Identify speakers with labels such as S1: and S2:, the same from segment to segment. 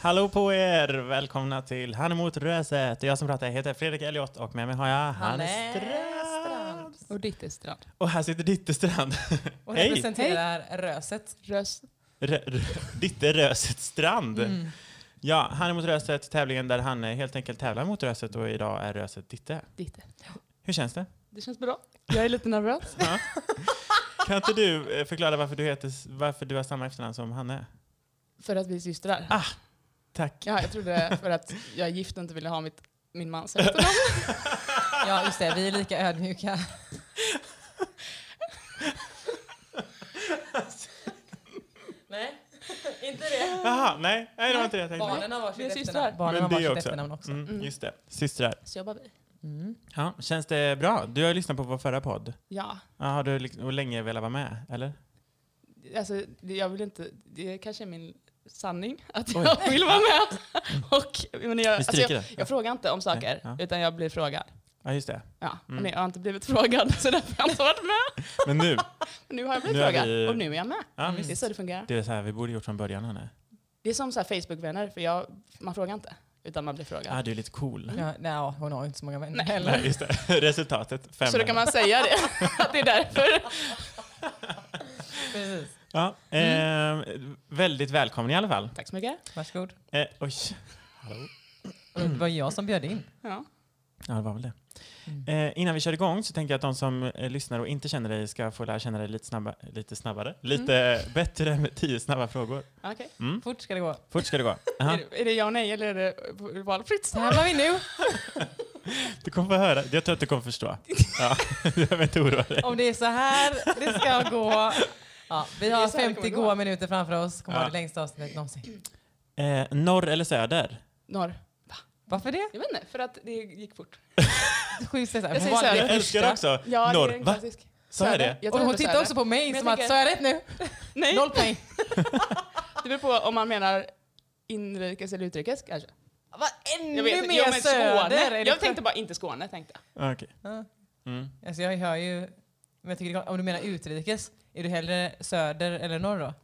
S1: Hallå på er! Välkomna till Han emot röset. Jag som pratar heter Fredrik Elliot och med mig har jag Hanne
S2: Hanne
S1: Strand.
S2: Och ditt är strand.
S1: Och här sitter Ditte Strand.
S2: Och
S1: Hej.
S2: representerar röset. Röst.
S1: Rö- rö- Ditte Röset Strand.
S2: Mm.
S1: Ja, Han emot röset, tävlingen där Hanne helt enkelt tävlar mot röset och idag är röset Ditte.
S2: Ditte.
S1: Hur känns det?
S2: Det känns bra.
S3: Jag är lite nervös.
S1: Ja. Kan inte du eh, förklara varför du, heter, varför du har samma efternamn som Hanne?
S3: För att vi är systrar.
S1: Ah. Tack.
S3: Ja, jag trodde för att jag är gift och inte ville ha mitt, min mans efternamn.
S2: Ja, just det. Vi är lika ödmjuka. Nej, inte det.
S1: Jaha, nej, nej, det var inte det jag tänkte.
S2: Barnen har
S3: Vi är
S2: varsitt
S3: systrar.
S2: efternamn. Barnen har
S1: Men det
S2: varsitt
S1: också.
S2: efternamn också.
S1: Mm,
S3: Mm.
S1: just det, systrar.
S3: Så jag bara, vi.
S2: Mm.
S1: Ja, känns det bra? Du har ju lyssnat på vår förra podd.
S3: Ja.
S1: Ja, har du liksom, och länge velat vara med, eller?
S3: Alltså, det- jag vill inte, det kanske är min sanning att
S1: Oj.
S3: jag vill vara med. Och, men jag,
S1: Vi
S3: alltså, jag,
S1: stryker det.
S3: jag frågar inte om saker,
S1: ja.
S3: utan jag blir frågad.
S1: Ja, just det.
S3: Ja,
S1: Mm.
S3: men jag har inte blivit frågad, så därför har jag inte varit med.
S1: Men nu,
S3: Men nu har jag blivit
S1: Nu har
S3: frågad,
S1: vi-
S3: och nu är jag med.
S1: ja,
S2: Mm.
S3: Det är
S1: visst.
S3: så det fungerar.
S1: Det är så här vi borde gjort från början, Hanne.
S3: Det är som så här Facebook-vänner, för jag, man frågar inte, utan man blir frågad.
S1: Ja, ah, du är lite cool.
S3: Mm.
S2: Ja, nej, ja, hon har ju inte så många vänner
S3: Nej.
S2: heller.
S1: Nej, just det. Resultatet, fem.
S3: Så då kan man säga det, att det är därför.
S2: Precis.
S1: Ja,
S3: Mm.
S1: ehm, väldigt välkommen i alla fall.
S3: Tack så mycket.
S2: Varsågod.
S1: Eh, oj,
S2: Och Det var jag som bjöd in.
S3: Ja.
S1: ja, det var väl det.
S3: Mm.
S1: Eh, innan vi kör igång så tänker jag att de som eh, lyssnar och inte känner dig ska få lära känna dig lite, snabba, lite
S3: Mm.
S1: snabbare. Lite eh, bättre med tio snabba frågor.
S3: Okej.
S2: Fort ska det gå.
S1: Fort ska det gå. Aha.
S3: Är, det- är det ja och nej eller är det valfritt?
S2: Tävlar vi nu?
S1: Du kommer få höra. Jag tror att du kommer förstå. Ja, du behöver inte oroa dig.
S2: Om det är så här det ska gå. Ja, vi
S3: Det
S2: har
S3: är så här det
S2: 50
S3: kommer gå.
S2: goa minuter framför oss. Kommer
S1: Ja.
S2: ha det längsta avsnittet någonsin.
S1: Eh, norr eller söder?
S3: Norr.
S2: Varför det?
S3: Jag vet inte, för att det gick fort.
S2: Sjukt stressad.
S3: Jag
S2: Hon valde
S3: säger så här.
S2: det
S1: Jag älskar
S2: första.
S1: det också.
S3: Ja,
S1: norr.
S3: det är en
S1: Va?
S3: klassisk.
S1: Så är det?
S3: Jag
S2: Och
S3: tror
S2: hon
S3: inte
S2: tittar
S3: söder.
S2: också på mig
S3: Men jag
S2: som att,
S3: tänker-
S2: sa jag rätt nu?
S3: Nej,
S2: Noll poäng.
S3: det beror på om man menar inrikes eller utrikes kanske.
S2: Vad ännu
S3: Jag vet inte.
S2: mer
S3: Jo, men
S2: söder?
S3: Skåne.
S2: Är det
S3: Jag
S2: för-
S3: tänkte bara inte Skåne. Tänkte. jag.
S1: Ja, Okej.
S2: Ja.
S1: Mm.
S2: Alltså jag hör ju... Men jag tycker det är, om du menar utrikes, är du hellre söder eller norr då?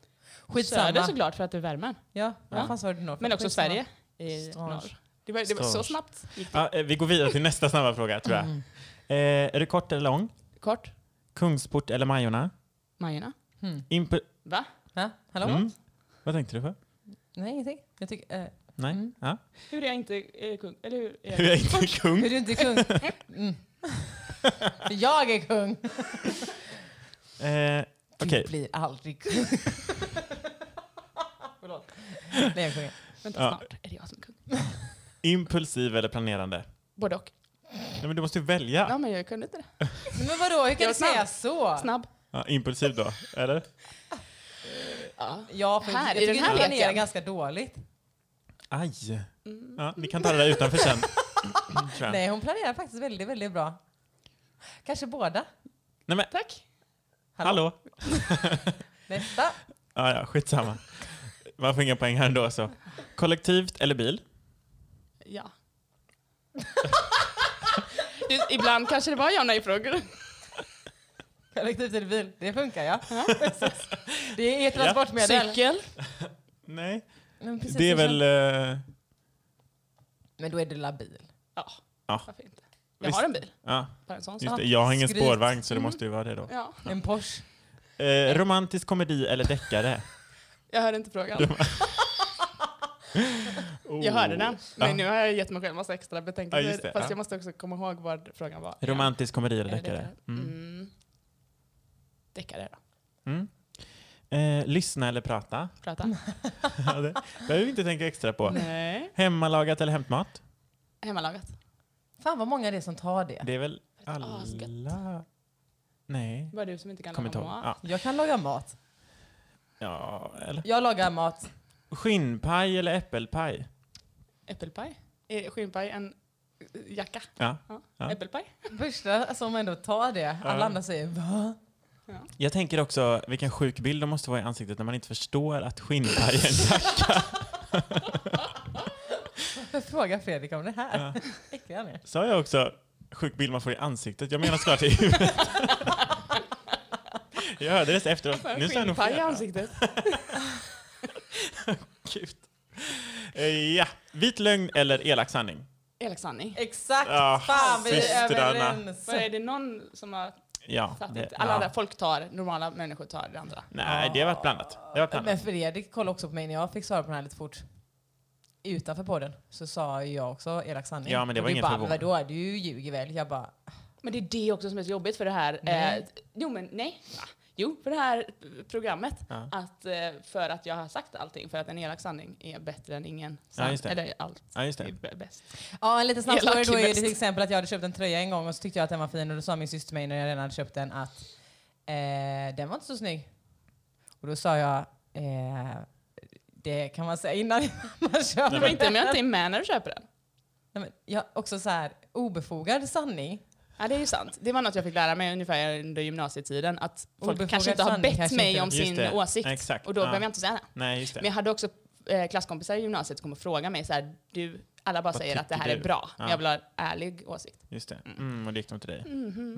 S2: Skitsamma.
S3: Söder såklart för att det är värmen.
S2: Ja,
S1: Ja.
S2: vad fan svarade du norr? för?
S3: Men också
S2: Skitsamma.
S3: Sverige i
S2: Strange.
S3: norr. Det var, det var så
S1: Strange.
S3: snabbt gick det.
S1: Ja, eh, vi går vidare till nästa snabba fråga tror jag.
S2: Mm.
S1: Eh, är du kort eller lång?
S3: Kort.
S1: Kungsport eller Majorna?
S3: Majorna.
S2: Mm.
S1: Imp-
S3: Va?
S2: Ja, hallå?
S1: mm. Vad tänkte du på?
S2: Nej, ingenting. Jag tycker, eh,
S1: Nej?
S2: Mm.
S1: Ja.
S3: Hur är jag inte eh, kung? Eller hur är
S1: Du
S3: jag?
S1: är inte kung.
S2: är du inte kung? Mm. För jag är kung.
S1: Eh, Okej.
S2: Du blir aldrig kung. Förlåt. Nej, jag är kung.
S3: Vänta
S1: Ja.
S3: snart. Är det jag som är kung?
S1: Impulsiv eller planerande?
S3: Både och.
S1: Nej, men du måste ju
S3: Ja.
S1: välja.
S3: men jag kunde inte det.
S2: Nej, Men vadå, hur kan du
S3: Jag är snabb.
S2: säga så?
S3: Snabb.
S1: Ja, impulsiv då, eller?
S3: Ja.
S2: Ja, för
S3: Här,
S2: jag
S3: i
S2: tycker
S3: den här
S2: du planerar
S3: leken.
S2: ganska dåligt.
S1: Aj.
S3: Mm.
S1: Ja, ni kan ta det där utanför sen. tror jag.
S2: Nej, hon planerar faktiskt väldigt, väldigt bra. Kanske båda.
S1: Nej, men,
S3: Tack.
S1: hallå?
S2: Nästa.
S1: Ja, ja, skitsamma. Man får inga poäng här ändå. Så. Kollektivt eller bil?
S3: Ja. Du, Ibland kanske det var ja nej-frågor.
S2: Kollektivt eller bil, det funkar ja. Precis. det är ett transportmedel.
S3: Cykel.
S1: Nej.
S2: Men, precis,
S1: det är
S2: jag
S1: väl...
S2: känner-
S1: eh,
S2: men då är det la bil.
S3: Ja,
S1: Ja.
S3: varför inte? Jag
S1: Visst.
S3: har en bil,
S1: eh, ja,
S3: bara en sån
S1: just
S3: sak.
S1: det. Jag har ingen
S2: Skryt.
S1: spårvagn så det måste ju vara det då.
S3: Ja,
S2: En Porsche.
S1: Eh, romantisk komedi eller deckare?
S3: jag hörde inte frågan. Jag hörde den,
S1: Ja.
S3: men nu har jag gett mig själv massa extra
S1: Ja,
S3: betänketid.
S1: just det,
S3: fast
S1: ja.
S3: jag måste också komma ihåg vad frågan var.
S1: Romantisk komedi eller
S3: Eller
S1: deckare? Mm.
S3: Mm. Deckare då.
S1: Mm. Eh, lyssna eller prata?
S3: Prata.
S1: Ja, det behöver vi inte tänka extra Mm. på.
S3: Nej.
S1: Hemmalagat eller hämtmat?
S3: Hemmalagat.
S2: Fan vad många det är som tar det.
S1: Det är väl
S3: asgött.
S1: alla... Nej.
S3: Bara du som inte kan
S1: Kommer inte ihåg.
S3: laga mat.
S1: Ja.
S2: Jag kan laga mat.
S1: ja, eller?
S2: Jag lagar mat.
S1: Skinnpaj eller äppelpaj?
S3: Äppelpaj. Är skinnpaj en eh, jacka?
S1: Ja.
S3: Ja.
S1: Ja.
S3: Äppelpaj.
S2: Första som ändå tar det. Alla
S1: Ja.
S2: andra säger va?
S1: Jag tänker också vilken sjuk bild de måste vara i ansiktet när man inte förstår att skinnpaj är en jacka.
S2: Varför frågar Fredrik om det här? Äcklig han är.
S1: Sa jag också sjuk bild man får i ansiktet? Jag menar såklart i huvudet. jag hörde det så efteråt. Nu sa jag nog
S3: Skinnpaj i
S1: fel.
S3: ansiktet.
S1: Gud. Eh, Ja, vit lögn eller elak sanning?
S3: Elak sanning.
S2: Exakt!
S1: Ah,
S2: Fan, vi är
S1: systrarna.
S2: överens!
S3: Vad Är det någon som har
S1: Ja.
S3: satt
S1: det-
S3: det, alla
S1: ja.
S3: andra, folk tar, normala människor tar det andra.
S1: Nej, det har varit blandat. Det har varit blandat.
S2: Men Fredrik kollade också på mig när jag fick svara på den här lite fort. Utanför podden så sa jag också elak sanning.
S1: Ja, men det
S2: Och
S1: var
S2: du
S1: ingen
S2: bara,
S1: förvåning.
S2: Vadå, du ljuger väl? Jag bara,
S3: Men det är det också som är så jobbigt för det här.
S2: Nej.
S3: Eh, jo men nej. Va? Jo, för det här p- programmet.
S1: Ja.
S3: Att, eh, för att jag har sagt allting. För att en elak sanning är bättre än ingen sanning.
S1: just det.
S3: Eller allt
S1: Ja, just
S3: är
S1: det.
S3: b- bäst.
S2: Ja, en liten snabb
S3: Elak
S2: story då är det
S3: bäst.
S2: till exempel att jag hade köpt en tröja en gång och så tyckte jag att den var fin och då sa min syster till mig när jag redan hade köpt den att eh, den var inte så snygg. Och då sa jag eh, det kan man säga innan man köper
S1: Nej,
S3: Men
S1: men-
S3: inte om jag inte är med när du köper den.
S2: Nej, men jag, också så här obefogad sanning.
S3: Ja, det är ju sant. Det var något jag fick lära mig ungefär under gymnasietiden. Att folk
S2: Obefogad
S3: kanske inte har
S2: sanning
S3: bett
S2: kanske
S3: mig
S2: inte.
S3: om
S1: Just
S3: sin
S1: det.
S3: åsikt.
S1: Exakt,
S3: Och då
S1: ja.
S3: behöver jag inte säga det.
S1: Nej, just
S3: Men jag
S1: det.
S3: hade också eh, klasskompisar i gymnasiet som kom och frågade mig så här, du, alla bara
S1: Vad
S3: säger att det
S1: tycker
S3: här
S1: du?
S3: är bra.
S1: Ja.
S3: Men jag vill ha en ärlig åsikt.
S1: Just det. Mm, och det gick nog till dig.
S3: Mhm.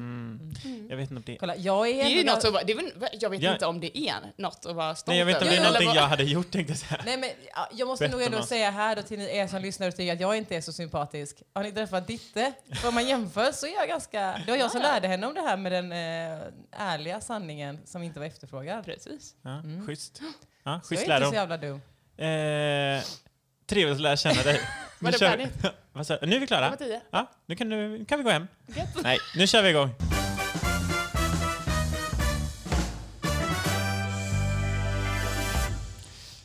S1: Mm. Jag vet inte om det...
S2: Kolla, jag är
S3: Det är ju
S2: ändå-
S3: något som, det är väl, jag vet
S1: Ja.
S3: inte om det är något att vara stolt
S1: Nej, jag vet inte om
S3: över.
S1: det är någonting
S3: Eller vad-
S1: jag hade gjort, tänkte jag säga.
S2: Nej, men, ja, jag måste
S1: Bättre
S2: nog ändå
S1: än oss.
S2: säga här då till ni er som lyssnar och tycker att jag inte är så sympatisk. Har ni träffat Ditte? För om man jämför så är jag ganska... Det var jag som
S3: Ja, ja.
S2: lärde henne om det här med den eh, ärliga sanningen som inte var efterfrågad.
S3: Precis.
S1: Ja,
S2: Mm.
S1: Schysst. Ja,
S2: Så jag
S1: schysst
S2: är inte så
S1: lärdom.
S2: jävla dum.
S1: Eh, trevligt att lära känna dig.
S3: Var
S1: Nu
S3: det
S1: kör vi.
S3: färdigt?
S1: Vad sa du? Nu är vi
S3: Det
S1: klara.
S3: var tio.
S1: Ja, nu kan, du, nu kan vi gå hem.
S3: Gött.
S1: Nej, nu kör vi igång.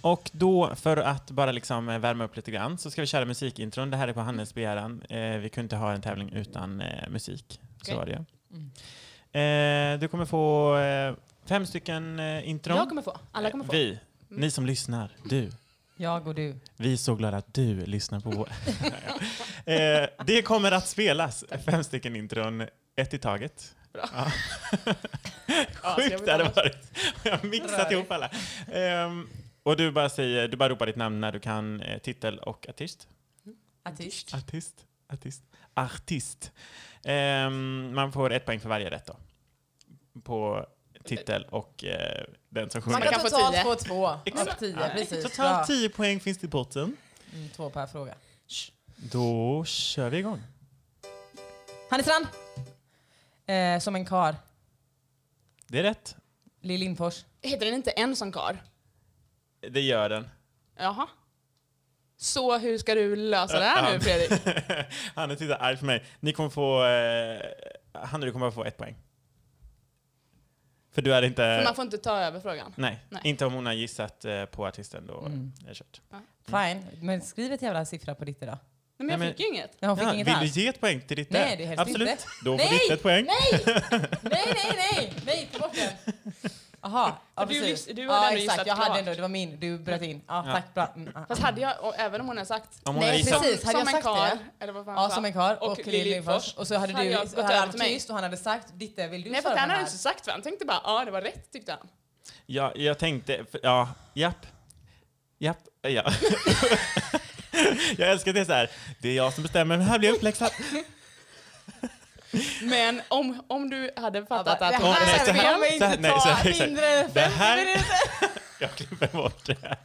S1: Och då, för att bara liksom eh, värma upp lite grann, så ska vi köra musikintron. Det här är på Hannes begäran. Eh, vi kunde inte ha en tävling utan eh, musik.
S3: Okej. Mm.
S1: Så var det. Eh, du kommer få eh, fem stycken eh, intron.
S3: Jag kommer få. Alla kommer få. Mm.
S1: Vi, ni som lyssnar, du.
S2: Jag och du.
S1: Vi är så glada att du lyssnar på vår... eh, det kommer att spelas fem stycken intron, ett i taget.
S3: Bra.
S1: Ja.
S3: Ja, så jag
S1: Sjukt
S3: vill
S1: det hade
S3: ha-
S1: varit. Jag har mixat
S2: Rörigt.
S1: ihop alla. Ehm, och du bara, säger, du bara ropar ditt namn när du kan eh, titel och artist.
S2: Artist.
S1: Artist. Artist. Artist. Ehm, man får ett poäng för varje rätt då. På titel och eh, den som
S2: Man
S1: sjunger.
S3: kan
S2: kan
S3: få
S2: totalt
S3: tio.
S2: få två av
S1: Exakt.
S2: tio. Precis. Bra.
S1: Totalt 10 poäng finns i botten.
S2: Mm, två per fråga.
S1: Då kör vi igång.
S2: Hanne Strand. Eh, som en kar.
S1: Det är rätt.
S2: Lill Lindfors.
S3: Heter den inte En som kar?
S1: Det gör den.
S3: Jaha. Så hur ska du lösa det
S1: Eh,
S3: här nu Fredrik?
S1: Han är tittar arg på mig. Ni kommer få... Eh, han du kommer få ett poäng. För du är
S3: För
S1: inte...
S3: man får inte ta över frågan.
S1: Nej,
S3: Nej.
S1: inte om hon har gissat eh, på artisten. Då
S2: Mm.
S1: är det kört. Mm.
S2: Fine. Men skriv ett jävla siffra på ditt idag.
S3: Nej, men
S1: Nej,
S3: jag
S1: men-
S3: fick ju inget.
S2: Jag fick
S1: Ja,
S2: inget
S1: vill
S2: alls.
S1: du ge ett poäng till ditt?
S2: Nej, det helst
S1: Absolut.
S2: inte.
S1: Då får
S2: Nej!
S1: ditt ett poäng.
S2: Nej! Nej, nej, nej! Nej, ta bort den! Jaha, ja,
S3: För du
S2: precis.
S3: lyss- du hade
S2: ja,
S3: ändå
S2: exakt.
S3: gissat
S2: Jag hade
S3: klart.
S2: ändå, det var min. Du bröt in. Ja,
S1: Ja.
S2: tack. Bra. Mm, ah,
S3: Fast hade jag, och även om hon har sagt
S1: Om hon
S2: Nej,
S1: har gissat.
S2: precis. Hade
S3: som
S2: jag sagt
S3: en karl,
S2: det?
S3: eller vad fan
S2: Ja,
S3: sa
S2: som
S3: han?
S2: en karl och,
S3: och
S2: Lill
S3: Lill
S2: Lindfors.
S3: Lindfors.
S2: Och så hade
S3: Hade
S2: du,
S3: jag
S2: så
S3: gått
S2: hade
S3: över
S2: han
S3: till mig?
S2: tyst och han hade sagt Ditte, vill du
S3: Nej, för
S2: svara
S3: att
S2: på den
S3: han hade
S2: här?
S3: inte sagt för han tänkte bara ja, det var rätt tyckte han.
S1: Ja, jag tänkte... för- Ja, japp. Japp. Ja. jag älskar att det är så här. Det är jag som bestämmer, men här blir jag uppläxad.
S3: Men om, om du hade
S2: Jag
S3: fattat
S2: bara,
S3: att
S2: det
S3: hon
S1: Åh,
S2: här
S1: nej, så
S2: kommer
S1: här-
S2: jag
S1: så här- nej, så här-
S2: inte ta
S1: exakt.
S2: mindre än
S1: Det här-
S2: 50 minuter.
S1: Jag klipper bort det här.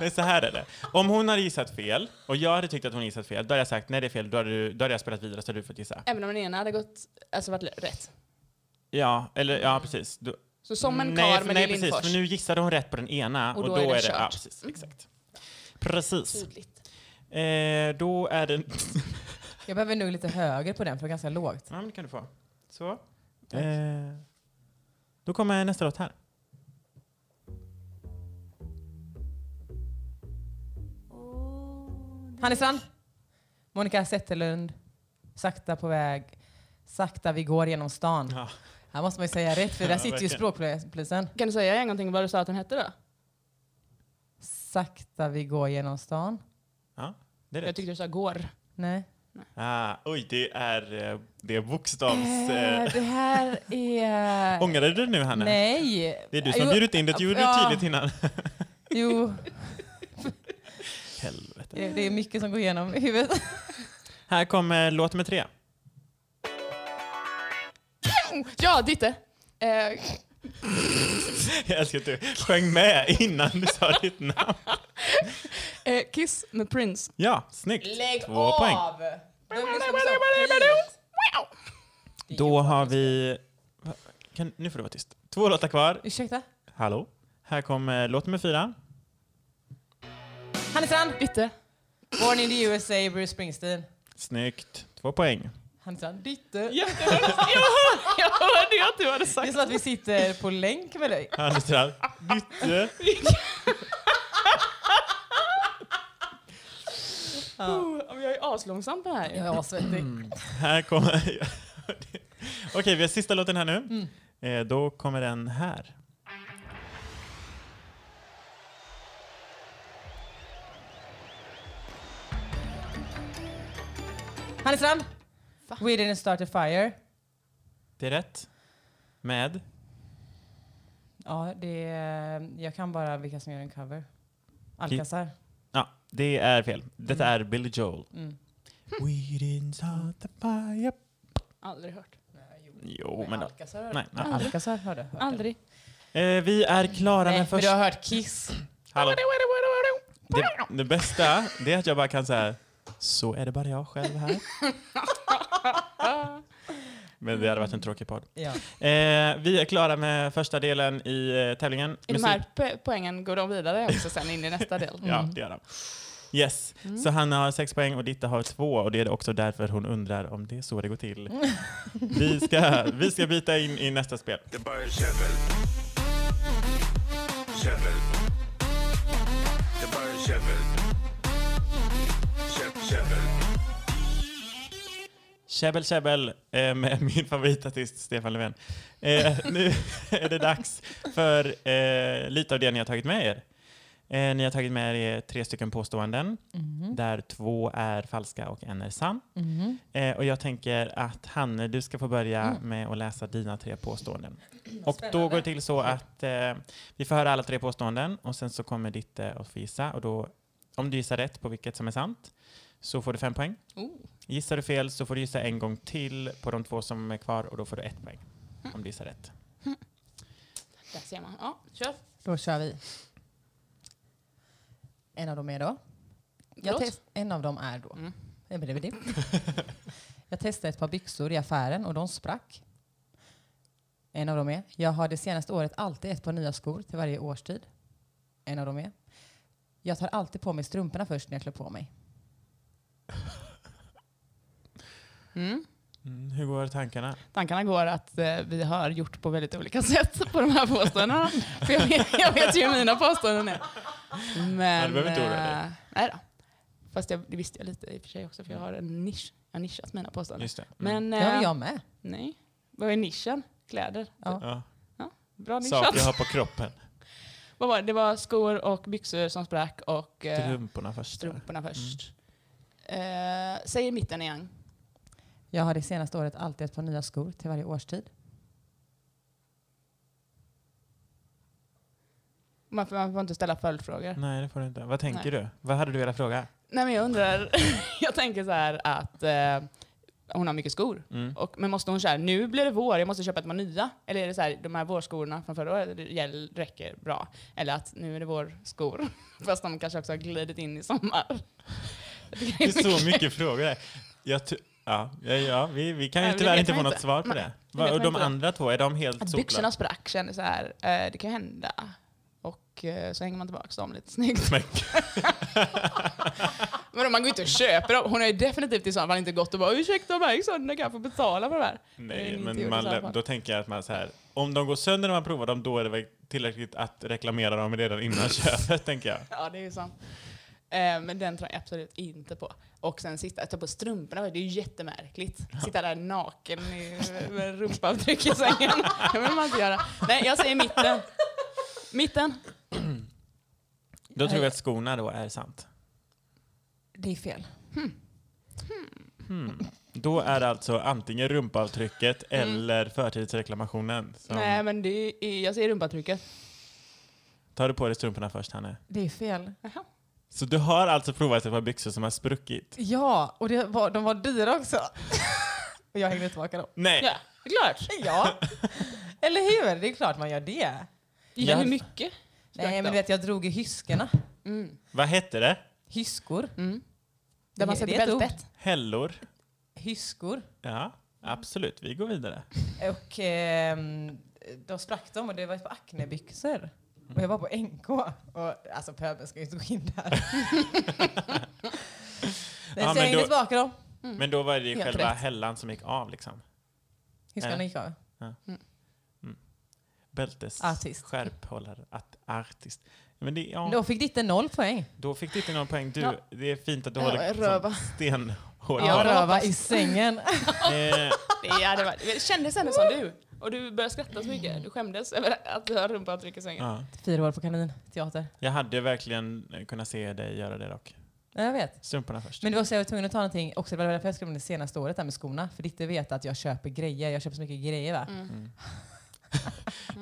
S1: Nej, så här är det. Om hon hade gissat fel och jag hade tyckt att hon gissat fel, då hade jag sagt nej det är fel, då hade, du, då hade jag spelat vidare så hade du fått gissa.
S3: Även om den ena hade gått, alltså varit rätt.
S1: Ja, eller ja precis. Du,
S3: Så som en
S1: nej,
S3: karl
S1: för-
S3: med
S1: nej
S3: Lill
S1: precis,
S3: Lindfors.
S1: för nu gissade hon rätt på den ena och, då, är det, ja,
S3: kört.
S1: precis, exakt. Precis.
S3: Tydligt.
S1: Eh, då är det...
S2: Jag behöver nog lite högre på den för det är ganska lågt.
S1: Ja, men det kan du få. Så. Eh, då kommer nästa låt här.
S2: Hanne Strand. Monica Zetterlund. Sakta på väg. Sakta vi går genom stan.
S1: Ja.
S2: Här måste man ju säga rätt för
S1: Ja,
S2: där sitter ju
S1: verkligen.
S2: språkpolisen.
S3: Kan du säga en gång till vad du sa att hon hette då?
S2: Sakta vi går genom stan.
S1: Det är
S3: Jag
S1: rätt.
S3: tyckte du sa går.
S2: Nej.
S1: Ah, oj, det är, eh, det är bokstavs... Eh,
S2: det här är...
S1: ångrade du dig nu, Hanna?
S2: Nej.
S1: Det är du som
S2: Jo,
S1: bjudit in det, det gjorde du
S2: ja.
S1: tydligt innan.
S2: Jo,
S1: Helvete.
S2: det det är mycket som går igenom i huvudet.
S1: Här kommer låt nummer tre.
S3: Ja, Ditte! Eh,
S1: Jag älskar att du sjöng med innan du sa ditt namn.
S3: Eh, Kiss med Prince.
S1: Ja, snyggt.
S2: Lägg
S1: Två
S2: av!
S1: poäng.
S2: De är liksom så fint. Det är
S1: Då
S2: ju
S1: har
S2: fantastiskt.
S1: vi... Va? Kan, nu får du vara tyst. Två låtar kvar.
S2: Ursäkta?
S1: Hallå? Här kommer låt nummer fyra.
S2: Hanne Strand!
S3: Ditte.
S2: Born in the USA, Bruce Springsteen.
S1: Snyggt. Två poäng.
S2: Hanne Strand. Ditte.
S3: Jag hörde, jag hörde ju att du hade
S2: Det är
S3: sagt
S2: så att vi sitter på länk med dig.
S1: Annestrand. Bytte.
S2: Ja.
S3: Oh, men jag är aslångsam på det här.
S2: Jag är assvettig.
S1: Mm. Här kommer... Okej, vi har sista låten här nu.
S2: Mm.
S1: Eh, då kommer den här.
S2: Hanne Strand! We didn't start a fire.
S1: Det är rätt. Med...
S2: Ja, det är, jag kan bara vilka som gör en cover. Alcazar.
S1: Ja, det är fel. Detta är Billy Joel.
S2: Mm.
S1: We didn't start the fire.
S3: Aldrig hört.
S1: Jo, men... då-
S2: Alcazar hörde
S1: Nej, nej.
S2: Alcazar hörde. hörde.
S3: Aldrig.
S1: Eh, vi är klara
S2: Nej,
S1: med
S2: för du
S1: första...
S2: har hört Kiss.
S1: Hallå. Det, det bästa det är att jag bara kan så här... Så är det bara jag själv här. Men det hade varit en tråkig podd.
S2: Ja.
S1: Eh, vi är klara med första delen i eh, tävlingen.
S3: I de
S1: Musik-
S3: här Mm. po- poängen går de vidare också sen in i nästa del.
S1: Ja, det gör de. Yes.
S3: Mm.
S1: Så Hanna har sex poäng och Ditta har två och det är också därför hon undrar om det är så det går till. vi, ska, vi ska byta in i nästa spel.
S4: Det är bara käbbel. Käbbel. Det är bara käbbel. Käbb, käbbel.
S1: Käbbel käbbel eh, med min favoritartist Stefan Löfven. Eh, nu är det dags för eh, lite av det ni har tagit med er. Eh, ni har tagit med er tre stycken påståenden där två är falska och en är sann. Eh, och jag tänker att Hanne, du ska få börja med att läsa dina tre påståenden. Och då går det till så att eh, vi får höra alla tre påståenden och sen så kommer ditt eh, att få gissa. Och då, om du gissar rätt på vilket som är sant så får du fem poäng.
S3: Oh.
S1: Gissar du fel så får du gissa en gång till på de två som är kvar och då får du ett poäng. Om du gissar rätt.
S3: Där ser man. Ja, kör.
S2: Då kör vi. En av dem är då? Jag
S3: Förlåt?
S2: test, en av dem är då.
S3: Mm.
S2: Eh, bidi, bidi. jag testade ett par byxor i affären och de sprack. En av dem är. Jag har det senaste året alltid ett par nya skor till varje årstid. En av dem är. Jag tar alltid på mig strumporna först när jag klär på mig.
S3: Mm.
S1: Mm, hur går tankarna?
S3: Tankarna går att eh, vi har gjort på väldigt olika sätt på de här påståendena. För jag, vet, jag vet ju hur mina påståenden är. Men,
S1: Ja, du behöver inte oroa dig.
S3: eh, nej då. Fast jag, det visste jag lite i och för sig också för jag har en nisch. Jag har nischat mina påståenden.
S1: Just det. Mm.
S3: Men
S2: Det har
S3: eh,
S2: jag med.
S3: nej, vad är nischen? Kläder.
S2: Ja.
S1: ja.
S3: Bra nischat.
S1: Saker jag har på kroppen.
S3: Vad var det? det var skor och byxor som sprack och eh,
S1: Strumporna först.
S3: strumporna först. Eh, säg i mitten igen.
S2: Jag har det senaste året alltid ett par nya skor till varje årstid.
S3: Man får, man får inte ställa följdfrågor.
S1: Nej, det får du inte. Vad tänker du? Vad hade du velat fråga?
S3: Nej men jag undrar, jag tänker så här att eh, hon har mycket skor.
S1: Mm.
S3: Och, men måste hon så här, nu blir det vår, jag måste köpa ett par nya. Eller är det så här, de här vårskorna från förra året det gäll- räcker bra. Eller att nu är det vårskor. Fast de kanske också har glidit in i sommar.
S1: Det är så mycket frågor där. Jag ty- ja, ja, ja, vi, vi kan ju
S3: Nej, men det
S1: tyvärr
S3: vet
S1: inte få
S3: man
S1: något
S3: inte.
S1: svar på
S3: Nej,
S1: det.
S3: det
S1: Va,
S3: vet
S1: och
S3: man
S1: de
S3: inte.
S1: andra två, är de helt
S3: Att
S1: solklara?
S3: byxorna sprack kändes så här, eh, det kan ju hända. Och eh, så hänger man tillbaka dem lite snyggt.
S1: Men-
S3: Men om man går inte och köper dem. Hon har ju definitivt i så fall inte gått och bara ursäkta de här gick sönder, kan jag få betala för det här? Det är
S1: Nej,
S3: inte
S1: men
S3: gjort i
S1: man,
S3: så fall.
S1: lä- då tänker jag att man så här, om de går sönder när man provar dem, då är det väl tillräckligt att reklamera dem redan innan köpet, tänker jag.
S3: Ja, det är ju sant. Eh, men den tror jag absolut inte på. Och sen sitta, ta på strumporna, det är ju jättemärkligt. Sitta där naken i, med rumpavtryck i sängen. Det vill man inte göra. Nej, jag säger mitten. Mitten.
S1: Då
S3: Eh.
S1: tror jag att skorna då är sant.
S2: Det är fel.
S1: Hmm. Då är det alltså antingen rumpavtrycket eller förtidsreklamationen. Som
S3: Mm. Nej, men det är, jag säger rumpavtrycket.
S1: Tar du på dig strumporna först, Hanne?
S2: Det är fel.
S3: Jaha.
S1: Så du har alltså provat ett par byxor som har spruckit?
S2: Ja, och det var, de var dyra också. och jag hängde tillbaka dem.
S1: Nej!
S3: Ja, det är klart.
S2: Ja, eller hur? Det är klart man gör det.
S3: Ja,
S1: Ja.
S3: hur mycket?
S2: Nej, men du vet, jag drog i hyskorna.
S3: Mm.
S1: Vad hette det?
S2: Hyskor.
S3: Mm. Där man
S2: Det-
S3: sätter
S2: det är ett ord.
S3: bältet.
S1: Hällor.
S2: Hyskor.
S1: Ja, absolut. Vi går vidare.
S3: Mm.
S2: Och ehm, då sprack de och det var ett par aknebyxor. Och jag var på NK. Och, alltså pöbeln ska ju inte gå in där. Nej,
S1: Ja,
S2: så jag
S1: men
S2: hängde
S1: då-
S2: tillbaka dem.
S1: Men då var det ju
S3: Helt
S1: själva
S3: rätt.
S1: hällan som gick av liksom.
S2: Hyskarna
S1: Eh.
S2: gick av.
S1: Bältes
S2: Artist.
S1: skärphållare. Att, artist. Men det, ja,
S2: Då fick Ditte noll poäng.
S1: Då fick du inte någon poäng. Du,
S3: Ja.
S1: det är fint att du
S3: Ja,
S1: håller
S3: röva.
S1: som stenhård.
S2: Jag
S3: Ja.
S2: röva i sängen.
S1: Eh,
S3: Det, hade varit, det kändes ändå som du. Och du började skratta så mycket. Du skämdes över att du har rumpavtryck i sängen.
S1: ja.
S2: Fyra år på kanin, teater.
S1: Jag hade verkligen eh, kunnat se dig göra det dock.
S2: Ja, jag vet.
S1: Strumporna först.
S2: Men det var så jag var tvungen att ta någonting också. Det var därför jag skrev om det senaste året där med skorna. För Ditte vet att jag köper grejer. Jag köper så mycket grejer va?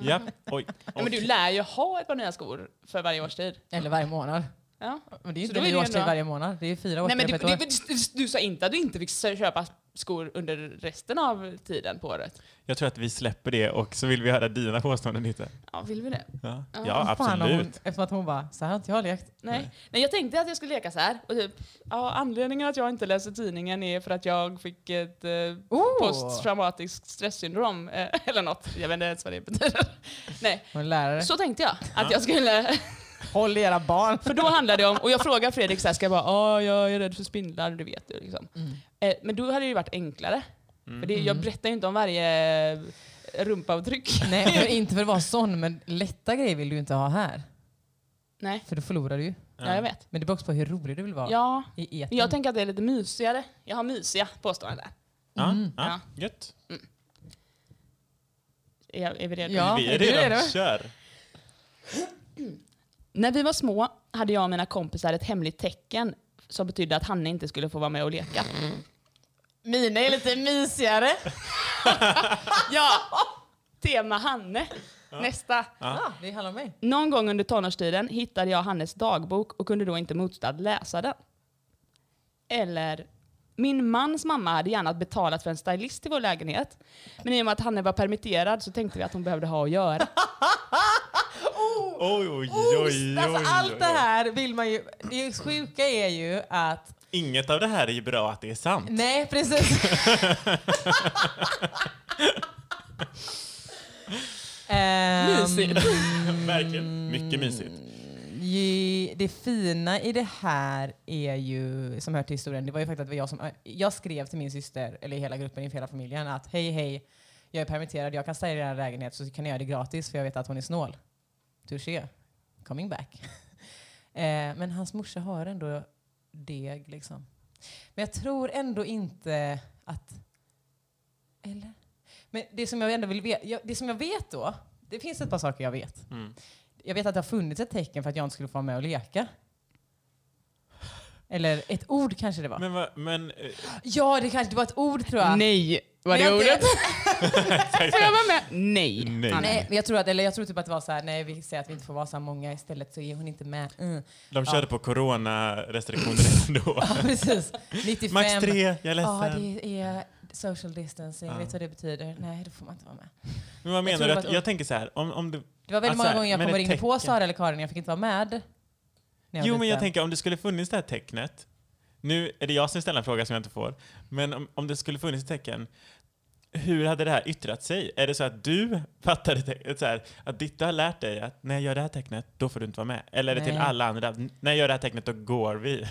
S1: Ja, oj.
S3: Ja, men du lär ju ha ett par nya skor för varje årstid.
S2: Eller varje månad.
S3: Ja.
S2: Men det är ju
S3: Så
S2: inte en
S3: då är
S2: ny
S3: det ju
S2: årstid
S3: ändå-
S2: varje månad. Det är ju fyra
S3: Nej,
S2: årstider
S3: men
S2: på
S3: du,
S2: ett år.
S3: du, du- du sa inte att du inte fick köpa skor under resten av tiden på året.
S1: Jag tror att vi släpper det och så vill vi höra dina påståenden lite.
S3: Ja, vill vi det?
S1: Ja, ja,
S2: Vad fan har Hon,
S1: absolut.
S2: eftersom att hon bara, så här har inte jag lekt.
S3: Nej. Nej. jag tänkte att jag skulle leka så här. Och typ, ja, anledningen att jag inte läser tidningen är för att jag fick ett eh,
S2: Oh!
S3: posttraumatiskt stresssyndrom. Eh, eller något. Jag vet inte ens vad det betyder. Nej,
S2: Hon är lärare.
S3: så tänkte jag.
S1: Ja.
S3: Att jag skulle...
S2: Håll i era barn.
S3: För då handlade det om... Och jag frågade Fredrik så här, ska jag bara, ja, jag är rädd för spindlar, du vet du. Liksom.
S2: Mm.
S3: Eh, men då hade det ju varit enklare. För det, jag berättar ju inte om varje eh, rumpavtryck.
S2: Nej, för inte för att vara sån, men lätta grejer vill du ju inte ha här.
S3: Nej,
S2: För då förlorar du ju.
S3: ja, jag vet.
S2: Men det beror också på hur rolig du vill vara
S3: Ja,
S2: i etern.
S3: men jag tänker att det är lite mysigare. Jag har mysiga påståenden.
S1: Ja,
S2: Mm.
S1: ja, gött.
S3: Är, är vi redo?
S2: Ja,
S1: vi
S2: är
S1: är
S2: det
S1: redan,
S2: det då?
S1: kör.
S3: När vi var små hade jag och mina kompisar ett hemligt tecken som betydde att Hanne inte skulle få vara med och leka.
S2: Mina är lite mysigare.
S3: Ja! Tema Hanne. Nästa.
S2: Ja, det handlar om mig.
S3: Någon gång under tonårstiden hittade jag Hannes dagbok och kunde då inte motstå att läsa den. Eller, min mans mamma hade gärna betalat för en stylist i vår lägenhet. Men i och med att Hanne var permitterad så tänkte vi att hon behövde ha att göra.
S1: Oj, oj, oj,
S2: Oh,
S1: oj, oj,
S2: alltså allt det
S1: oj.
S2: här vill man ju... Det sjuka är ju att...
S1: Inget av det här är ju bra att det är sant.
S2: Nej, precis. Ehm,
S3: Mysigt.
S1: Verkligen. Mycket mysigt.
S2: ju- Ehm, mm, Det fina i det här är ju, som hör till historien, det var ju faktiskt att det var jag som... äh, Jag skrev till min syster, eller hela gruppen inför hela familjen, att hej, hej, jag är permitterad, jag kan ställa er i er lägenhet så kan jag göra det gratis för jag vet att hon är snål. Touché. Coming back. eh, men hans morsa har ändå deg liksom. Men jag tror ändå inte att... Eller? Men det som jag ändå vill veta, jag, det som jag vet då, det finns ett par saker jag vet.
S1: Mm.
S2: Jag vet att det har funnits ett tecken för att jag inte skulle få vara med och leka. Eller ett ord kanske det var.
S1: Men, vad- men eh,
S2: ja, det kanske det var ett ord tror jag.
S3: Nej, var
S2: Men
S3: det
S2: jag-
S3: ordet? Får jag vara med? Nej.
S1: Nej.
S3: Hanne.
S2: Nej, men jag tror, att, eller jag tror typ att det var så här, nej vi säger att vi inte får vara så här många istället så är hon inte med. Mm.
S1: de körde på coronarestriktioner ändå.
S2: Ja, precis. 95.
S1: Max tre, jag är
S2: Ja,
S1: ledsen.
S2: det är social distancing.
S1: Ja.
S2: Vet du vad det betyder? Nej, då får man inte vara med.
S1: Men vad menar
S2: tror
S1: du?
S2: det var
S1: Att,
S2: ett
S1: jag tänker så här, om, om du...
S2: Det var väldigt
S1: Alltså,
S2: många gånger jag
S1: men
S2: kom och
S1: ett
S2: ringde på
S1: tecken.
S2: Sara eller Karin jag fick inte vara med. när jag var
S1: Jo, men jag
S2: liten.
S1: tänker om det skulle funnits det här tecknet. Nu är det jag som ställer en fråga som jag inte får. Men om, om det skulle funnits ett tecken, hur hade det här yttrat sig? Är det så att du fattade tecknet, så här, att Ditte har lärt dig att när jag gör det här tecknet, då får du inte vara med? Eller är det till
S2: Nej.
S1: alla andra, att när jag gör det här tecknet, då går vi?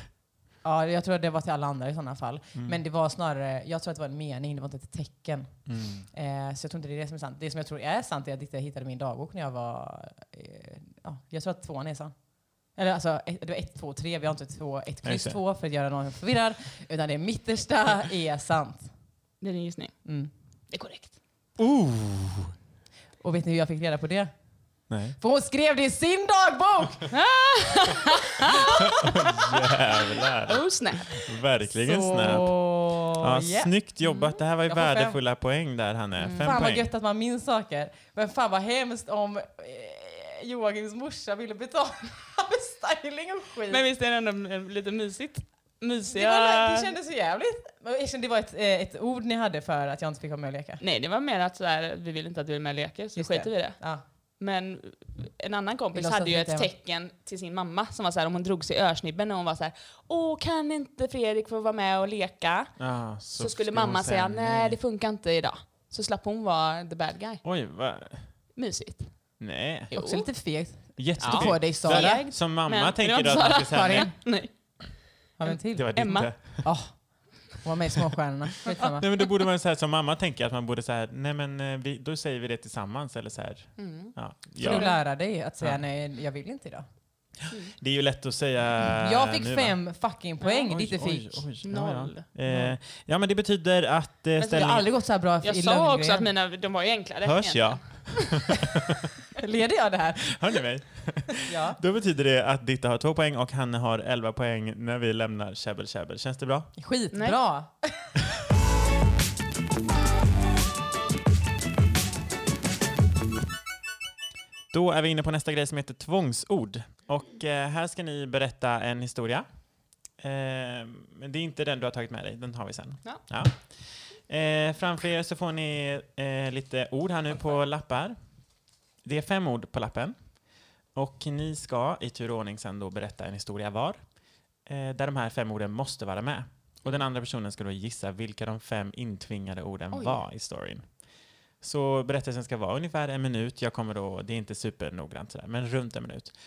S2: Ja, jag tror att det var till alla andra i sådana fall. Mm.
S1: Mm.
S2: Men det var snarare, jag tror att det var en mening, det var inte ett tecken.
S1: Mm.
S2: Eh, så jag tror inte det är det som är sant. Det som jag tror är sant är att jag hittade min dagbok när jag var... Eh, ja, jag tror att tvåan är sann. Eller alltså, ett, det var ett, två, tre. Vi har inte två, ett
S1: Ja, just
S2: kryss
S1: det.
S2: två för att göra någon förvirrad. Utan det mittersta är sant.
S3: Det är din gissning.
S2: Mm.
S3: Det är korrekt.
S1: Ooh.
S2: Och vet ni hur jag fick reda på det?
S1: Nej.
S2: För hon skrev det i sin dagbok!
S1: Jävlar.
S3: Oh snap.
S1: Verkligen
S2: så,
S1: snabbt. Ja,
S2: yeah.
S1: Snyggt jobbat. Det här var ju
S2: Jag får Mm. fem.
S1: värdefulla poäng där, Hanne. Fem
S2: Fan vad
S1: poäng.
S2: gött att man minns saker. Men fan vad hemskt om eh, Joakims morsa ville betala för styling och skit.
S3: Men visst är det ändå eh, lite mysigt?
S2: det, var,
S3: Mysiga...
S2: det kändes så jävligt. Men jag kände Det var ett, eh, ett ord ni hade för att jag inte fick vara med och leka.
S3: Nej, det var mer att så här, vi vill inte att du är med och leker, så
S2: Just
S3: skiter vi i det.
S2: Ja.
S3: Men en annan
S2: Vi
S3: kompis
S2: låtsas
S3: hade ju
S2: inte,
S3: ett
S2: va?
S3: tecken till sin mamma som var så här, om hon drog sig i örsnibben och hon var så här, åh kan inte Fredrik få vara med och leka?
S1: Ah,
S3: Så, skulle mamma säga, nej det funkar inte idag. Så slapp hon vara the bad guy.
S1: Oj, va?
S3: Mysigt.
S1: Nej.
S3: Jo.
S2: Också lite fegt.
S1: Jättefint.
S2: på dig, Sara.
S1: Där, Som mamma
S3: Men-
S1: tänker
S3: Men
S1: du att
S3: Sara-
S1: man ska säga nej.
S2: Karin.
S3: Nej.
S2: Har vi en till?
S1: Det var
S2: Hon
S1: ditt.
S3: Emma.
S1: inte.
S2: typ. var med i Småstjärnorna. Skitsamma.
S1: Nej, men då borde man säga som mamma tänker att man borde säga nej men eh, vi, då säger vi det tillsammans eller så här.
S3: Mm.
S1: Ja.
S2: Får du
S1: Ja.
S2: lära dig att säga
S1: Ja.
S2: nej, jag vill inte idag.
S1: Det är ju lätt att säga
S2: Jag fick
S1: Äh, nu, va?
S2: fem fucking poäng,
S1: Oj,
S2: inte
S1: oj,
S2: fick.
S1: oj.
S3: Noll.
S1: Ja, ja. Eh, ja, men det betyder att eh,
S2: Men Det Alltså, har
S1: ställningen...
S2: aldrig gått så här bra
S3: Jag
S2: i
S3: sa också att
S2: Lundgren.
S3: mina, de var ju enklare.
S1: Hörs jag?
S2: Leder jag det här?
S1: Hör ni mig?
S2: Ja.
S1: Då betyder det att Ditta har två poäng och Hanne har elva poäng när vi lämnar Käbbel Käbbel. Känns det bra?
S2: Skitbra.
S1: Då är vi inne på nästa grej som heter tvångsord. Och eh, här ska ni berätta en historia. Eh, men det är inte den du har tagit med dig, den tar vi sen.
S3: Ja.
S1: Eh, framför er så får ni eh, lite ord här nu på lappar. Det är fem ord på lappen. Och ni ska i tur och ordning sen då berätta en historia var. Eh, där de här fem orden måste vara med. Och den andra personen ska då gissa vilka de fem intvingade orden
S3: Oj.
S1: var i storyn. Så berättelsen ska vara ungefär en minut. Jag kommer då, det är inte supernoggrant sådär, men runt en minut.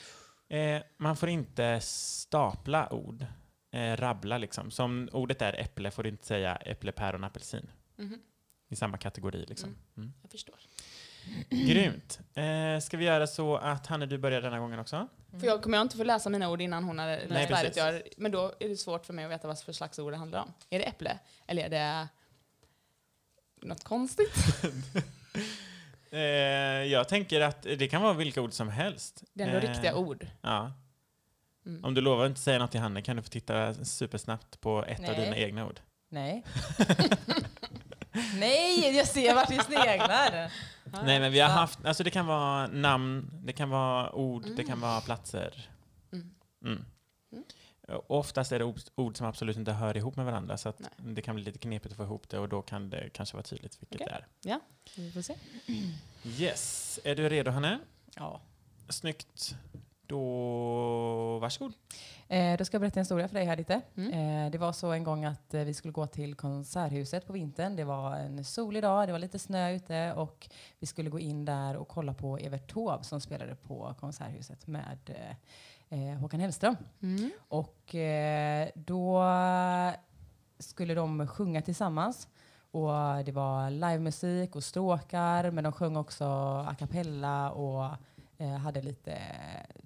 S1: Eh, man får inte stapla ord, eh, rabbla liksom. Som ordet är äpple får du inte säga äpple, päron, apelsin.
S3: Mhm.
S1: I samma kategori liksom. Mm.
S3: Jag förstår.
S1: Grymt. Eh, ska vi göra så att Hanne, du börjar denna gången också?
S2: Mm.
S3: För jag kommer jag inte få läsa mina ord innan hon har
S1: Nej,
S3: läst färdigt.
S1: precis.
S3: Jag, men då är det svårt för mig att veta vad för slags ord det handlar om. Är det äpple? Eller är det något konstigt?
S1: Eh, jag tänker att det kan vara vilka ord som helst.
S3: Det är ändå
S1: Eh,
S3: riktiga ord.
S1: Ja.
S3: Mm.
S1: Om du lovar att inte säga något till Hanne kan du få titta supersnabbt på ett av
S2: Nej.
S1: dina egna ord.
S2: Nej. Nej, jag ser vart vi sneglar.
S1: Nej, men vi har
S2: Ja.
S1: haft, alltså det kan vara namn, det kan vara ord, det kan
S3: Mm.
S1: vara platser.
S3: Mm.
S1: Mm.
S3: Mm.
S1: Och Oftast är det ord, ord som absolut inte hör ihop med varandra så att
S3: Nej.
S1: det kan bli lite knepigt att få ihop det och då kan det kanske vara tydligt vilket
S3: Okej.
S1: det är.
S3: Vi får se.
S1: Yes, är du redo Hanne?
S2: Ja.
S1: Snyggt. Då, varsågod.
S2: Eh, då ska jag berätta en historia för dig här lite.
S3: Mm.
S2: Eh, det var så en gång att eh, vi skulle gå till Konserthuset på vintern. Det var en solig dag, det var lite snö ute och vi skulle gå in där och kolla på Evert Taube som spelade på Konserthuset med eh, eh, Håkan Hellström.
S3: Mm.
S2: Och eh, då skulle de sjunga tillsammans. Och det var livemusik och stråkar, men de sjöng också a cappella och eh, hade lite eh,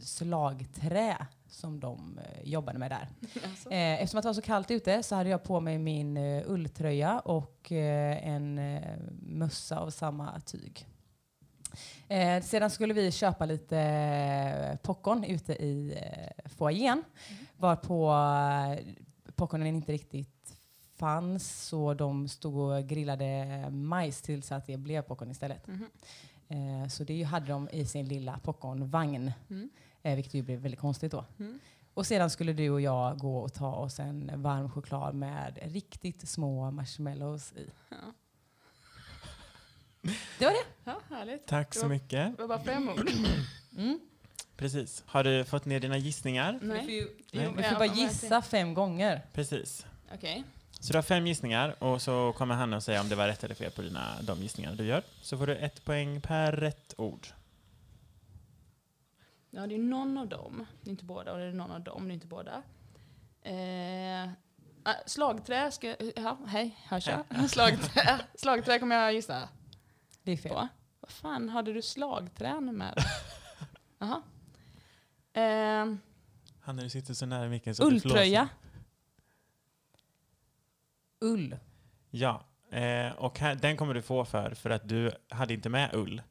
S2: slagträ som de eh, jobbade med där.
S3: Alltså.
S2: Eh, eftersom att det var så kallt ute så hade jag på mig min eh, ulltröja och eh, en eh, mössa av samma tyg. Eh, sedan skulle vi köpa lite eh, popcorn ute i eh, foajén varpå eh, popcornen inte riktigt fanns så de stod och grillade majs tills att det blev popcorn istället.
S3: Mhm.
S2: Eh, så det hade de i sin lilla popcornvagn,
S3: Mm.
S2: eh, vilket ju blev väldigt konstigt då.
S3: Mm.
S2: Och sedan skulle du och jag gå och ta oss en varm choklad med riktigt små marshmallows i.
S3: Ja.
S2: Det var det.
S3: Ja, härligt.
S1: Tack så
S3: var-
S1: mycket.
S3: Det var bara fem ord.
S2: Mm.
S1: Precis. Har du fått ner dina gissningar?
S2: Du får
S3: Nej.
S2: ju
S3: Jo,
S1: Nej.
S2: du får
S3: ja,
S2: bara
S3: men- alltså-
S2: gissa fem gånger.
S1: Precis.
S3: Okej.
S1: Så du har fem gissningar och så kommer Hanne att säga om det var rätt eller fel på dina, de gissningar du gör. Så får du ett poäng per rätt ord.
S3: Ja, det är någon av dem. Det är inte båda. Och det är någon av dem. Det är inte båda. Eh, ah, slagträ ska... Ja, hej. Hörs jag? Slagträ. slagträ kommer jag gissa
S2: Det är fel.
S3: på. Vad fan hade du slagträn med? Jaha. Eh,
S1: Hanne, du sitter så nära micken så du flåsar.
S3: ulltröja.
S2: Ull.
S1: Ja, eh, och här, den kommer du få för, för att du hade inte med ull.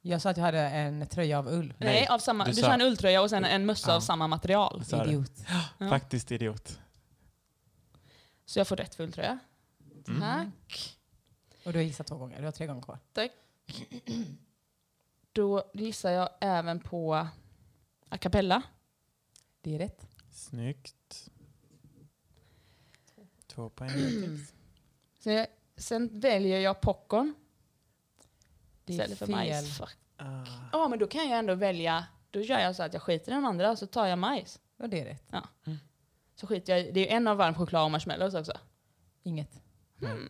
S2: Jag sa att jag hade en tröja av ull.
S1: Nej,
S3: Nej, av samma,
S1: du
S3: du,
S1: sa-
S3: sa en ulltröja och sen en mössa
S1: Ja.
S3: av samma material.
S1: Så är det.
S2: Idiot.
S3: Ja.
S1: Faktiskt idiot.
S3: Så jag får rätt för ulltröja.
S1: Mm.
S3: Tack.
S2: Och du har gissat två gånger. Du har tre gånger kvar.
S3: Då gissar jag även på a cappella.
S2: Det är rätt.
S1: Snyggt. Två poäng.
S3: Sen, jag, sen väljer jag popcorn
S2: Det är
S3: istället för
S2: fel.
S3: majs. Fuck.
S1: Ah.
S3: Ja, men då kan jag ändå välja. Då gör jag så att jag skiter i de andra och så tar jag majs.
S2: Och det är rätt.
S3: Så skiter jag i- Det är ju en av varm choklad och marshmallows också. Mm.
S2: Inget.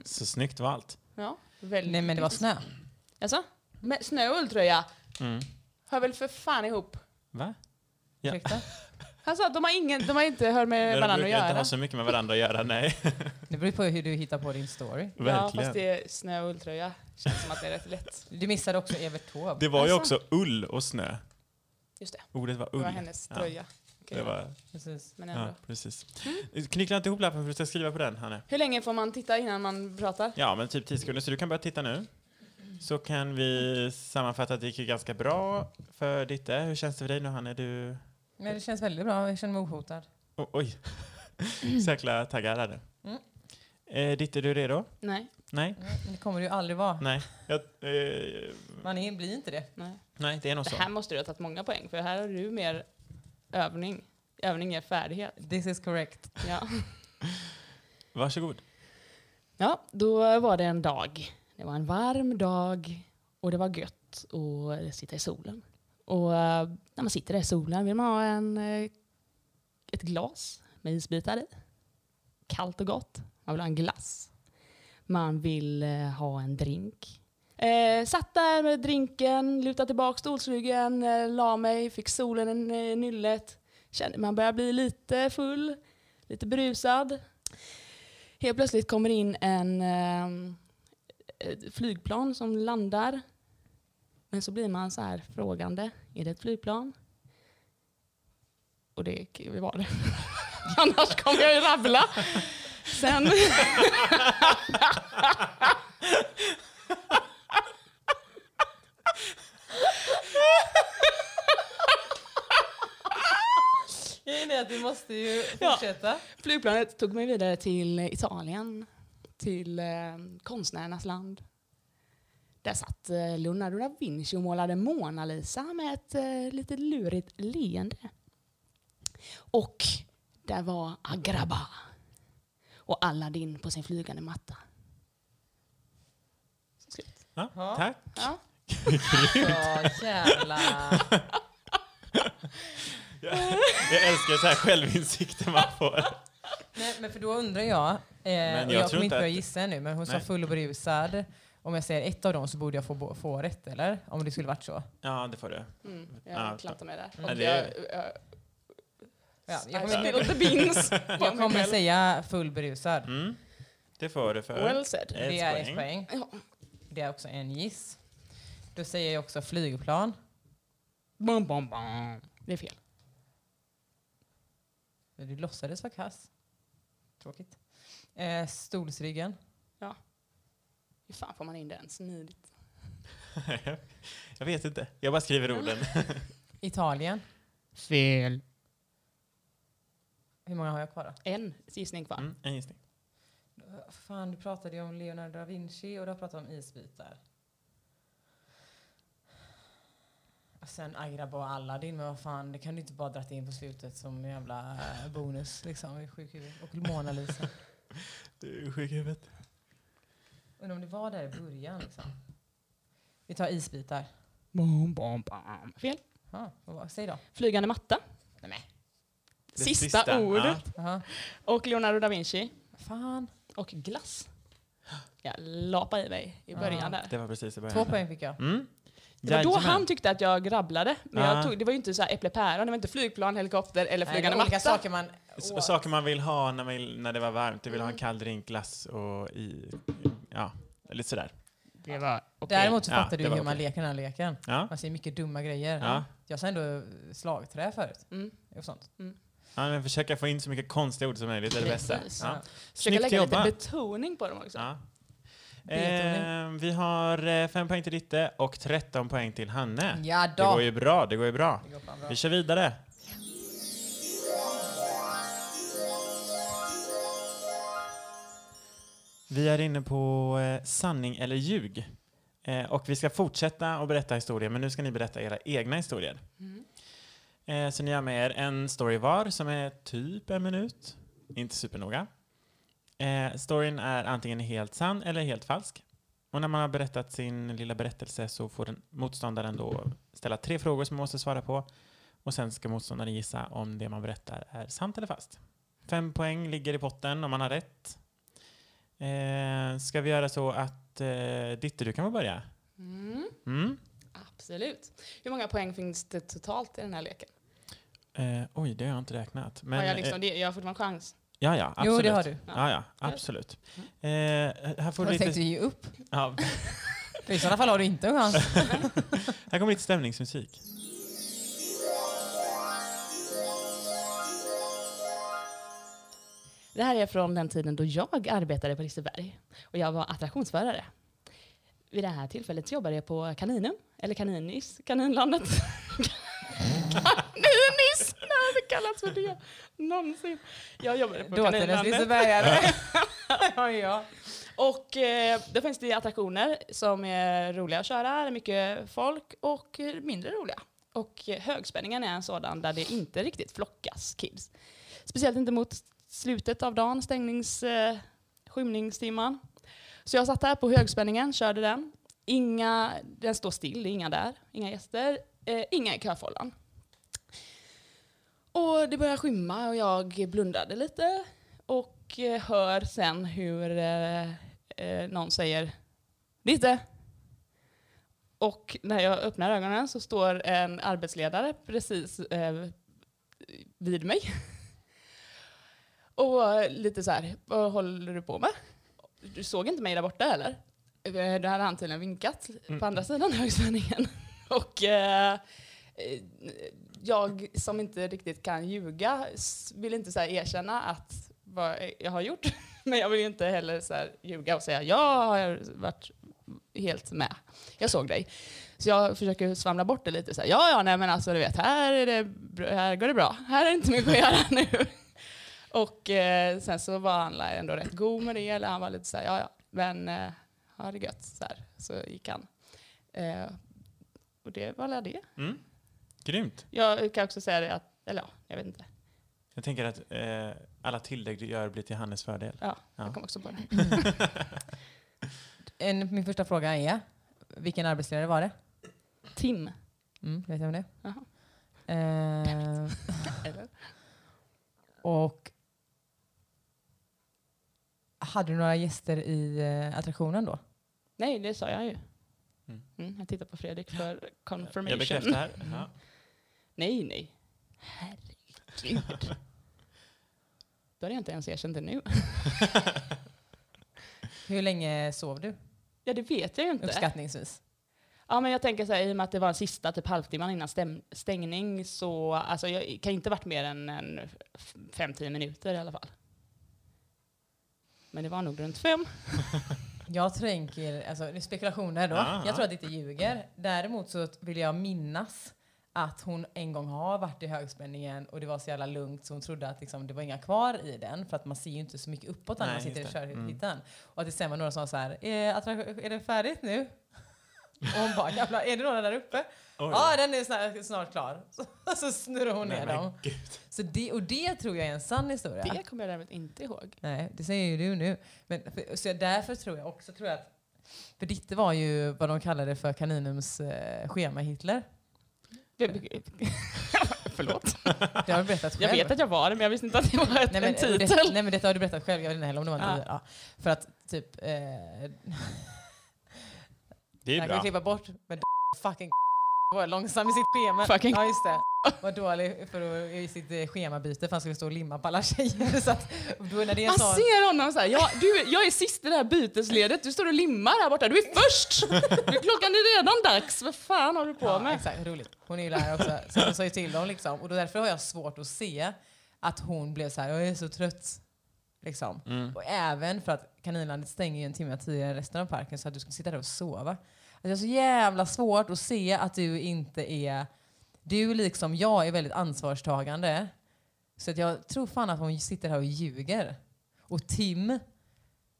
S1: Så snyggt valt.
S3: Ja, väldigt.
S2: Mm. Nej men det var snö.
S3: Alltså, med snö och ulltröja
S1: Mm.
S3: hör väl för fan ihop.
S1: Va? Ja.
S2: Ursäkta?
S3: Han sa att de har, ingen, de har inte hör med
S1: brukar
S3: varandra Eh, att
S1: inte
S3: göra.
S1: ha så mycket med varandra att göra, nej.
S2: Det beror på hur du hittar på din story.
S3: Ja,
S1: Verkligen.
S3: fast det är snö och ulltröja. Känns som att det är rätt lätt.
S2: Du missade också Evert Taube.
S1: Det var ju
S3: Alltså.
S1: också ull och snö.
S3: Just det,
S1: Ordet var
S3: det
S1: ull.
S3: var hennes
S1: Ja.
S3: tröja. Okej,
S1: Det var,
S2: Precis.
S3: Men ändå.
S1: ja, precis. Knyckla inte ihop lappen för du ska skriva på den, Hanne.
S3: Hur länge får man titta innan man pratar?
S1: Ja, men typ 10 sekunder, så du kan börja titta nu. Så kan vi sammanfatta att det gick ju ganska bra för Ditte. Hur känns det för dig nu, Hanne? Du...
S2: Men det känns väldigt bra. Jag känner mig ohotad.
S1: O- oj! så jäkla taggad här nu.
S2: Mm.
S1: Eh, Ditte, är du redo?
S3: Nej.
S1: Nej?
S2: Mm, Det kommer det ju aldrig vara.
S1: Nej. Jag, eh,
S2: Man är, blir inte det.
S3: Nej.
S1: nej, det är nog
S3: Det
S1: så.
S3: här måste du ha tagit många poäng för här har du mer övning. Övning ger färdighet.
S2: This is correct.
S3: Ja.
S1: Varsågod.
S3: ja, då var det en dag. Det var en varm dag och det var gött att sitta i solen. Och eh, när man sitter där i solen vill man ha en, eh, ett glas med isbitar i. Kallt och gott. Man vill ha en glass. Man vill eh, ha en drink. Eh, satt där med drinken, lutade tillbaka stolsryggen, eh, la mig, fick solen i nyllet. Kände man börjar bli lite full, lite brusad. Helt plötsligt kommer in en ehm, ett flygplan som landar. Men så blir man så här frågande. Är det ett flygplan? Och det var det. Annars kommer jag ju rabbla. Sen...
S2: Grejen är att du måste ju fortsätta.
S3: Flygplanet tog mig vidare till Italien, till eh, konstnärernas land. Där satt eh, Leonardo da Vinci och målade Mona Lisa med ett eh, lite lurigt leende. Och där var Agrabah och Aladdin på sin flygande matta.
S1: Ja,
S2: Ja.
S1: Tack.
S3: Ja.
S2: Så jävla...
S1: Jag älskar så här självinsikter man får.
S2: Nej, men för då undrar jag, eh,
S1: jag
S2: och jag,
S1: tror inte
S2: kommer inte börja
S1: att-
S2: gissa nu, men hon sa
S1: Nej.
S2: full och berusad. Om jag säger ett av dem så borde jag få, bo- få rätt, eller? Om det skulle varit så.
S1: Ja, det får du.
S3: Mm,
S1: jag Ja, klar.
S3: klantar mig där. eh,
S1: Och Ja, det är-
S2: Ja, jag,
S3: I
S2: kommer,
S3: spilled the beans.
S2: jag kommer säga full berusad.
S1: Mm. Det får du för
S3: Well said.
S2: Det är ett poäng.
S3: Ja.
S2: Det är också en giss. Då säger jag också flygplan.
S3: Bom, bom, bom. Det är fel.
S2: Men Du låtsades vara kass. Tråkigt. Eh, stolsryggen.
S3: Hur fan får man in den smidigt?
S1: jag vet inte. Jag bara skriver orden.
S2: Italien.
S3: Fel.
S2: Hur många har jag kvar då?
S3: En gissning kvar.
S1: Mm, en gissning.
S2: Eh, Fan, du pratade ju om Leonardo da Vinci och du har pratat om isbitar. Och sen Agrabah och Aladdin, men vad fan, det kan du inte bara dra in på slutet som en jävla eh, bonus liksom. i sjukhuvud. Och Mona Lisa.
S1: Du är sjuk i huvudet.
S2: Undrar om det var där i början liksom. Vi tar isbitar.
S3: Bom, bom, bom. Fel.
S2: Ja, vad, säg då.
S3: Flygande matta.
S2: Nej, men.
S1: Det
S3: Sista, ordet.
S2: Jaha.
S3: Och Leonardo da Vinci.
S2: Fan.
S3: Och glass. Jag lapade i mig i början
S2: Ah.
S1: Ja,
S3: där.
S1: det var precis i början.
S2: Två poäng fick jag.
S1: Mm.
S3: Det var då
S1: Jajamän.
S3: han tyckte att jag grabblade. Men
S1: Ah.
S3: jag tog, det var ju inte så här äpple päron. Det var inte flygplan, helikopter eller
S2: Nej,
S3: flygande
S2: det var olika
S3: matta.
S2: saker man
S1: S-
S2: åt.
S1: Saker man vill ha när, man, vill- när det var varmt. Du vill
S3: Mm.
S1: ha en kall drink, glass och i... Ja, lite sådär.
S3: Det var okej.
S2: Däremot så
S1: Ja,
S2: fattar du
S1: det
S2: hur
S1: var
S2: man
S1: okej.
S2: leker den här leken.
S1: Ja.
S2: Man ser mycket dumma grejer.
S1: Ja.
S2: Jag sa ändå slagträ förut.
S3: Mm.
S2: Och sånt.
S1: Ja, men försöka få in så mycket konstiga ord som möjligt det är det bästa.
S3: Precis.
S1: Ja.
S3: Försöka
S1: Snyggt
S3: lägga
S1: jobbat.
S3: lite betoning på dem också.
S1: Ja.
S2: Betoning.
S1: Eh, vi har eh, fem poäng till Ditte och 13 poäng till Hanne.
S2: Ja
S1: Det går
S2: då.
S1: ju bra, det går ju bra.
S2: Det går fan bra.
S1: Vi kör vidare. Vi är inne på eh, sanning eller ljug. Eh, och vi ska fortsätta att berätta historier, men nu ska ni berätta era egna historier.
S3: Mm.
S1: Eh, så ni har med er en story var som är typ en minut, inte supernoga. Eh, storyn är antingen helt sann eller helt falsk. Och när man har berättat sin lilla berättelse så får den motståndaren då ställa tre frågor som man måste svara på. Och sen ska motståndaren gissa om det man berättar är sant eller falskt. Fem poäng ligger i potten om man har rätt. Eh, ska vi göra så att eh, Ditte, du kan få börja?
S3: Mm,
S1: Mm.
S3: absolut. Hur många poäng finns det totalt i den här leken?
S1: Eh, oj, det har jag inte räknat. Men,
S3: har jag,
S1: eh,
S3: liksom, det, jag har fortfarande chans.
S1: ja, ja,
S2: Jo,
S1: absolut.
S2: det har du.
S1: Ja, ja, absolut. Eh, här får
S2: Har
S1: du
S2: du tänkt att
S1: lite,
S2: ge upp?
S1: ja,
S2: För I sådana fall har du inte en chans.
S1: här kommer lite stämningsmusik.
S3: Det här är från den tiden då jag arbetade på Liseberg och jag var attraktionsförare. Vid det här tillfället jobbade jag på Kaninum, eller Kaninis, Kaninlandet. Kaninis! Det har inte kallats för det någonsin. Jag jobbade på
S2: Dåtidens
S3: Kaninlandet.
S2: Lisebergare. ja, ja.
S3: Och eh, där finns det attraktioner som är roliga att köra, det är mycket folk och eh, mindre roliga. Och eh, högspänningen är en sådan där det inte riktigt flockas kids. Speciellt inte mot slutet av dagen, stängnings, eh, skymningstimman. Så jag satt här på högspänningen, körde den. Inga, den står still, det är inga där, inga gäster, eh, inga i köfållan. Och det började skymma och jag blundade lite och eh, hör sen hur eh, eh, någon säger Ditte! Och när jag öppnar ögonen så står en arbetsledare precis eh, vid mig. Och eh, lite så här, vad håller du på med? Du såg inte mig där borta eller? Eh, Då hade han tydligen vinkat
S1: Mm.
S3: på andra sidan högspänningen. Och eh, eh, jag som inte riktigt kan ljuga s- vill inte så här erkänna att vad jag har gjort. Men jag vill ju inte heller så här ljuga och säga jag har varit helt med. Jag såg dig. Så jag försöker svamla bort det lite. Så här, ja, ja, nej men alltså du vet, här, är det, br- här går det bra. Här är inte mycket att göra nu. Och eh, sen så var han ändå rätt god med det. Eller han var lite så här, ja, ja, men eh, ha det gött. Så, här. så gick han. Eh, och det var väl det.
S1: Mm. Grymt.
S3: Jag kan också säga det att, eller ja, jag vet inte.
S1: Jag tänker att eh, alla tillägg du gör blir till Hannes fördel.
S3: Ja,
S1: Ja.
S3: Jag kom också på det.
S2: En, min första fråga är, vilken arbetsledare var det?
S3: Tim.
S2: Mm, vet jag om det?
S3: Jaha.
S2: Eh,
S3: Eller?
S2: och hade du några gäster i eh, attraktionen då?
S3: Nej, det sa jag ju.
S1: Mm.
S3: Mm, jag tittar på Fredrik för confirmation.
S1: Jag bekräftar. Ja.
S3: Nej, nej. Herregud. Då har jag inte ens erkänt det nu.
S2: Hur länge sov du
S3: Ja, det vet jag ju inte.
S2: uppskattningsvis?
S3: Ja, men jag tänker så här, i och med att det var sista typ halvtimman innan stäm- stängning så alltså, jag kan inte varit mer än, en f- fem, tio minuter i alla fall. Men det var nog runt fem.
S2: Jag tänker, alltså det är spekulationer då.
S1: Ja, ja.
S2: Jag tror att det inte ljuger. Däremot så vill jag minnas att hon en gång har varit i högspänningen och det var så jävla lugnt så hon trodde att liksom, det var inga kvar i den för att man ser ju inte så mycket uppåt när
S1: Nej,
S2: man sitter i
S1: just det. Mm.
S2: körhytten. Och att det sen var några som var så här, eh, attra- är det färdigt nu? Och hon bara, jävlar, är det några där uppe?
S1: Oj.
S2: Ja, ah, den är snart, snart klar. Så, så snurrar hon
S1: Nej,
S2: ner
S1: men
S2: dem.
S1: gud.
S2: Så det, och det tror jag är en sann historia.
S3: Det kommer jag däremot inte ihåg.
S2: Nej, det säger ju du nu. Men, för, så därför tror jag också tror jag att... För ditt var ju vad de kallade för kaninums eh, schema-Hitler.
S3: Förlåt.
S2: Det har du berättat själv.
S3: Jag vet att jag var det, men jag visste inte att det var ett,
S2: nej, men,
S3: en titel.
S2: Det, nej men detta har du berättat själv, jag vet inte heller om det var en
S3: Ja.
S2: titel. Ja. För att typ... Eh,
S1: Det är
S2: jag kan
S1: bra.
S2: ju klippa bort men fucking var långsam i sitt schema.
S3: Fucking-
S2: Ja just det. Var dålig för att, i sitt eh, schemabyte för han skulle stå och limma på alla tjejer. Så att, då, när det är en
S3: Man
S2: sån,
S3: ser honom såhär, ja, du, jag är sist i det här bytesledet, du står och limmar här borta, du är först! Nu, klockan är redan dags, vad fan håller du på
S2: ja,
S3: med?
S2: Exakt, roligt. Hon är ju lärare också, så hon sa ju till dem liksom. Och då därför har jag svårt att se att hon blev så här, jag är så trött. Liksom. Och även för att Kaninlandet stänger ju en timme tidigare än resten av parken så att du ska sitta där och sova. Alltså, jag har så jävla svårt att se att du inte är, du liksom jag är väldigt ansvarstagande. Så att jag tror fan att hon sitter här och ljuger. Och Tim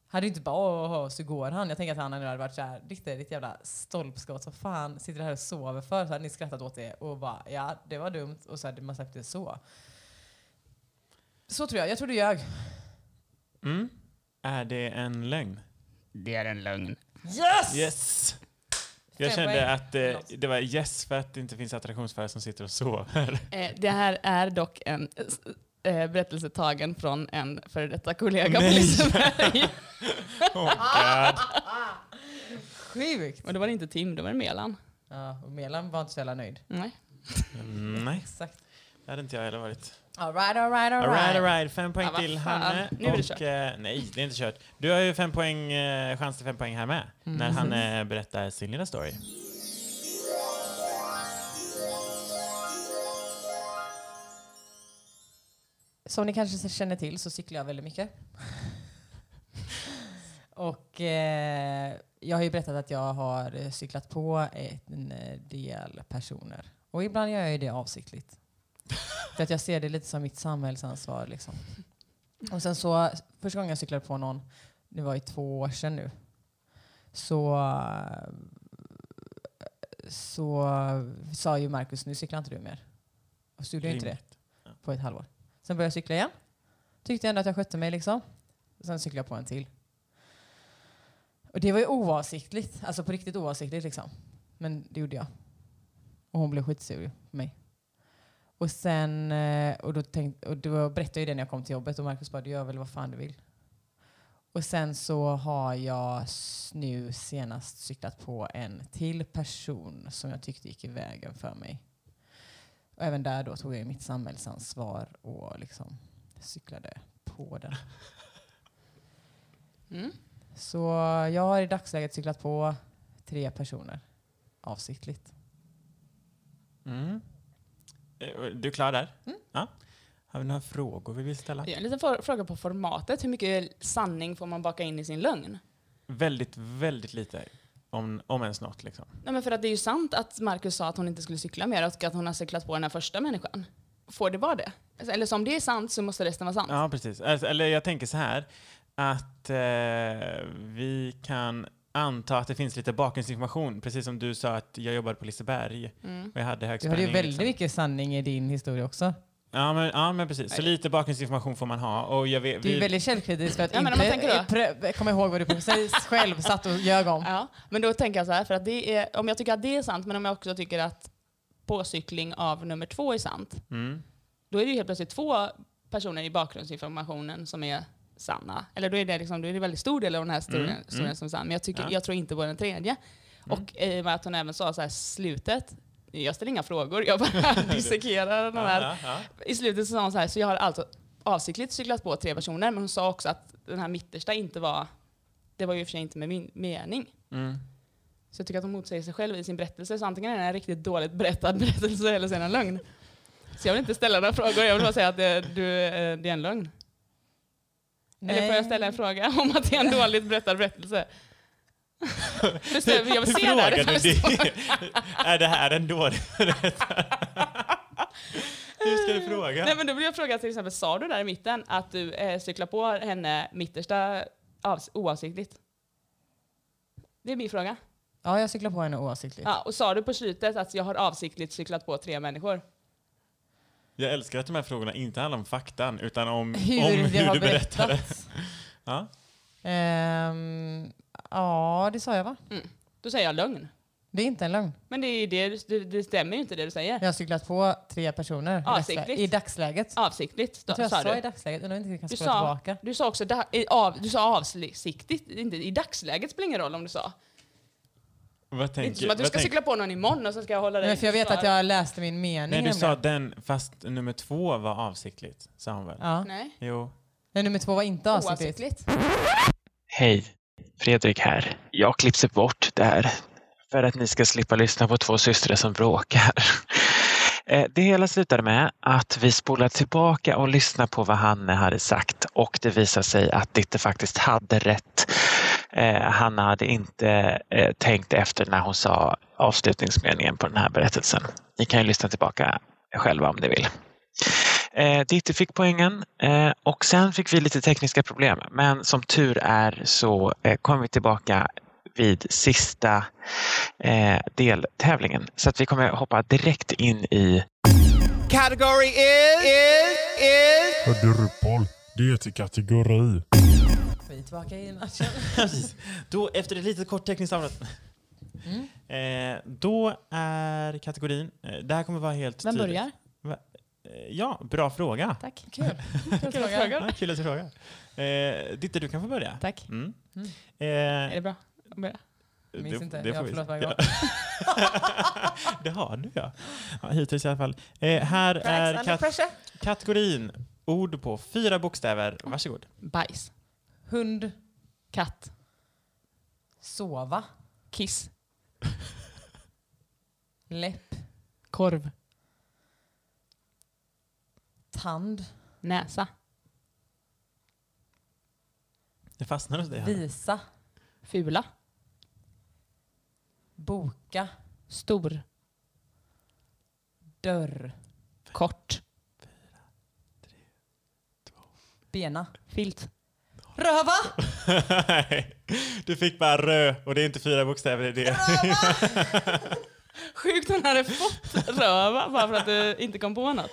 S2: hade ju inte bara åh, åh, åh, så går han. Jag tänker att han hade varit så här, ditt är ditt jävla stolpskott, vad fan sitter du här och sover för? Så hade ni skrattat åt det och bara, ja det var dumt och så hade man släppt det så. Så tror jag, jag tror du ljög.
S1: Mm. Är det en lögn?
S3: Det är en lögn.
S2: Yes!
S1: Yes! Jag
S2: Fem poäng.
S1: kände att eh,
S2: Förlåt.
S1: det var yes för att det inte finns attraktionsfärg som sitter och sover.
S3: Eh, det här är dock en s- eh, berättelse tagen från en före detta kollega på
S1: Nej.
S3: Liseberg.
S1: Oh
S2: Ah!
S1: god.
S2: Sjukt!
S3: Och då var det inte Tim, då var det Melan.
S2: Ja, och Melan var inte så jävla nöjd.
S3: Nej.
S1: Mm, nej,
S2: Exakt.
S1: det hade inte jag heller varit.
S2: Alright, alright,
S1: Alright,
S2: alright.
S1: alright. Fem poäng
S3: Ja, vad
S1: till
S3: fan.
S1: Hanne.
S3: Nu är det
S1: och,
S3: kört.
S1: eh, nej, det är inte kört. Du har ju fem poäng, eh, chans till fem poäng här med.
S3: Mm.
S1: När Hanne berättar sin lilla story.
S2: Som ni kanske känner till så cyklar jag väldigt mycket. Och eh, jag har ju berättat att jag har eh, cyklat på en eh, del personer. Och ibland gör jag ju det avsiktligt. För att jag ser det lite som mitt samhällsansvar. Liksom. Och sen så, första gången jag cyklade på någon, det var ju två år sedan nu, så, så sa ju Markus, nu cyklar inte du mer. Och så gjorde jag inte det på ett halvår. Sen började jag cykla igen. Tyckte ändå att jag skötte mig liksom. Sen cyklade jag på en till. Och det var ju oavsiktligt. Alltså på riktigt oavsiktligt liksom. Men det gjorde jag. Och hon blev skitsur på mig. Och sen, eh, och då, tänkte, och då berättade jag ju det när jag kom till jobbet och Markus bara, du gör väl vad fan du vill. Och sen så har jag s- nu senast cyklat på en till person som jag tyckte gick i vägen för mig. Och även där då tog jag ju mitt samhällsansvar och liksom cyklade på den.
S3: Mm.
S2: Så jag har i dagsläget cyklat på tre personer avsiktligt.
S1: Mm. Eh, Du är klar där?
S3: Mm.
S1: Ja. Har vi några frågor vi vill ställa?
S3: Jag har en liten for- fråga på formatet. Hur mycket sanning får man baka in i sin lögn?
S1: Väldigt, väldigt lite. Om, om ens något liksom.
S3: Nej, men för att det är ju sant att Marcus sa att hon inte skulle cykla mer och att hon har cyklat på den här första människan. Får det vara det? Alltså, Eller som det är sant så måste resten vara sant.
S1: Ja, precis. Alltså, eller jag tänker så här, att eh, vi kan anta att det finns lite bakgrundsinformation. Precis som du sa att jag jobbade på Liseberg
S3: Mm.
S1: och jag hade hög
S2: Du hade ju
S1: spänning,
S2: väldigt
S1: liksom.
S2: mycket sanning i din historia också.
S1: Ja men, ja, men precis. Så
S3: Nej.
S1: lite bakgrundsinformation får man ha. Och jag vet,
S2: Du är ju
S1: vi,
S2: väldigt källkritisk för att
S3: Ja, men om man
S2: inte prö- komma ihåg vad du precis själv satt och ljög om.
S3: Ja, men då tänker jag så här, för att det är, om jag tycker att det är sant, men om jag också tycker att påcykling av nummer två är sant,
S1: mm,
S3: då är det ju helt plötsligt två personer i bakgrundsinformationen som är sanna. Eller då är det, liksom, då är det en väldigt stor del av den här historien,
S1: Mm,
S3: historien
S1: mm.
S3: som är sann, men jag, tycker,
S1: Ja. Mm.
S3: jag tror inte på den tredje. Och eh, i och med att hon även sa så här, slutet, jag ställer inga frågor, jag bara dissekerar den
S1: ja,
S3: här
S1: ja, ja.
S3: i slutet så sa hon så här, så jag har alltså avsiktligt cyklat på tre personer, men hon sa också att den här mittersta inte var, det var ju i och för sig inte med min mening.
S1: Mm.
S3: Så jag tycker att hon motsäger sig själv i sin berättelse, så antingen är det en riktigt dåligt berättad berättelse eller så är det en lögn. Så jag vill inte ställa några frågor, jag vill bara säga att det, du, eh, det är en lögn. Eller får jag ställa en fråga om att det är en dåligt berättad berättelse? Förstår, jag vill se det. här,
S1: Frågar du
S3: förstår.
S1: det? Är det här en dålig Hur ska du fråga?
S3: Nej men då vill jag fråga till exempel, sa du där i mitten att du eh, cyklar på henne mittersta avs- oavsiktligt? Det är min fråga.
S2: Ja, jag cyklade på henne oavsiktligt.
S3: Ja, och sa du på slutet att jag har avsiktligt cyklat på tre människor?
S1: Jag älskar att de här frågorna inte handlar om faktan utan om
S2: Hur
S1: om
S2: det
S1: hur
S2: har
S1: du berättar det.
S2: berättats.
S1: Ja.
S2: Ehm, ja, det sa jag va?
S3: Då säger jag lögn.
S2: Det är inte en lögn.
S3: Men det, är ju det, du- det, det stämmer ju inte det du säger.
S2: Jag har cyklat på tre personer i
S3: Avsiktligt.
S2: dagsläget- i dagsläget.
S3: Avsiktligt, då,
S2: Jag tror jag
S3: sa
S2: sa i
S3: du.
S2: dagsläget, undrar om inte vi kan
S3: Du
S2: spola
S3: sa,
S2: tillbaka.
S3: du sa också da, i, av, du sa avsiktligt, inte, i dagsläget spelar ingen roll om du sa.
S1: Vad
S3: Det är
S1: tänker,
S3: inte som att du
S1: vad
S3: ska
S1: tänker-
S3: cykla på någon imorgon och så ska jag hålla dig
S2: Nej, för jag vet
S3: kvar.
S2: att jag läste min mening.
S1: Nej, du sa
S2: nämligen.
S1: den, fast nummer två var avsiktligt, sa hon väl?
S2: Ja.
S3: Nej,
S1: Jo.
S2: Nej, nummer två var inte avsiktligt.
S3: oavsiktligt.
S5: Hej, Fredrik här. Jag klipper bort det här för att ni ska slippa lyssna på två systrar som bråkar. Eh, Det hela slutade med att vi spolar tillbaka och lyssnar på vad Hanne hade sagt och det visar sig att Ditte faktiskt hade rätt. Eh, Hanna hade inte eh, tänkt efter när hon sa avslutningsmeningen på den här berättelsen. Ni kan ju lyssna tillbaka själva om ni vill. Eh, Ditte fick poängen eh, och sen fick vi lite tekniska problem. Men som tur är så eh, kom vi tillbaka vid sista eh, deltävlingen. Så att vi kommer hoppa direkt in i
S6: Category is is is
S7: Hörde du Paul? Det heter kategori.
S2: vi tillbaka i nutshell.
S1: Precis. Då, efter ett litet kort tekniskt avbrott.
S3: Mm.
S1: Eh, då är kategorin... Eh, det här kommer vara helt
S3: Vem
S1: tydligt.
S3: börjar?
S1: Eh, ja, bra fråga.
S3: Tack.
S2: Kul. Kul
S3: Kul
S2: fråga.
S3: fråga.
S1: Ja, kul att du frågar. Eh, Ditte, du kan få börja.
S3: Tack.
S1: Mm.
S2: Mm.
S3: Är
S1: Eh,
S3: det bra? att börja?
S2: Jag minns
S1: det-
S2: inte.
S1: det får
S2: jag
S1: vi-
S2: förlåt varje
S1: ja.
S2: gång.
S1: det har du ja. ja. Hittills i alla fall. Eh, här
S2: Cracks
S1: är
S2: under
S1: kat
S2: pressure.
S1: kategorin ord på fyra
S2: Mm.
S1: bokstäver. Varsågod.
S3: Bajs.
S2: Hund.
S3: Katt.
S2: Sova.
S3: Kiss.
S2: Läpp.
S3: Korv.
S2: Tand.
S3: Näsa.
S1: Det fastnar hos dig. Hanna.
S2: Visa.
S3: Fula.
S2: Boka.
S3: Stor.
S2: Dörr.
S3: Kort.
S2: Bena.
S3: Filt.
S2: Röva!
S1: Nej, du fick bara rö och det är inte fyra bokstäver i det.
S3: Sjukt hon hade fått röva bara för att du inte kom på något.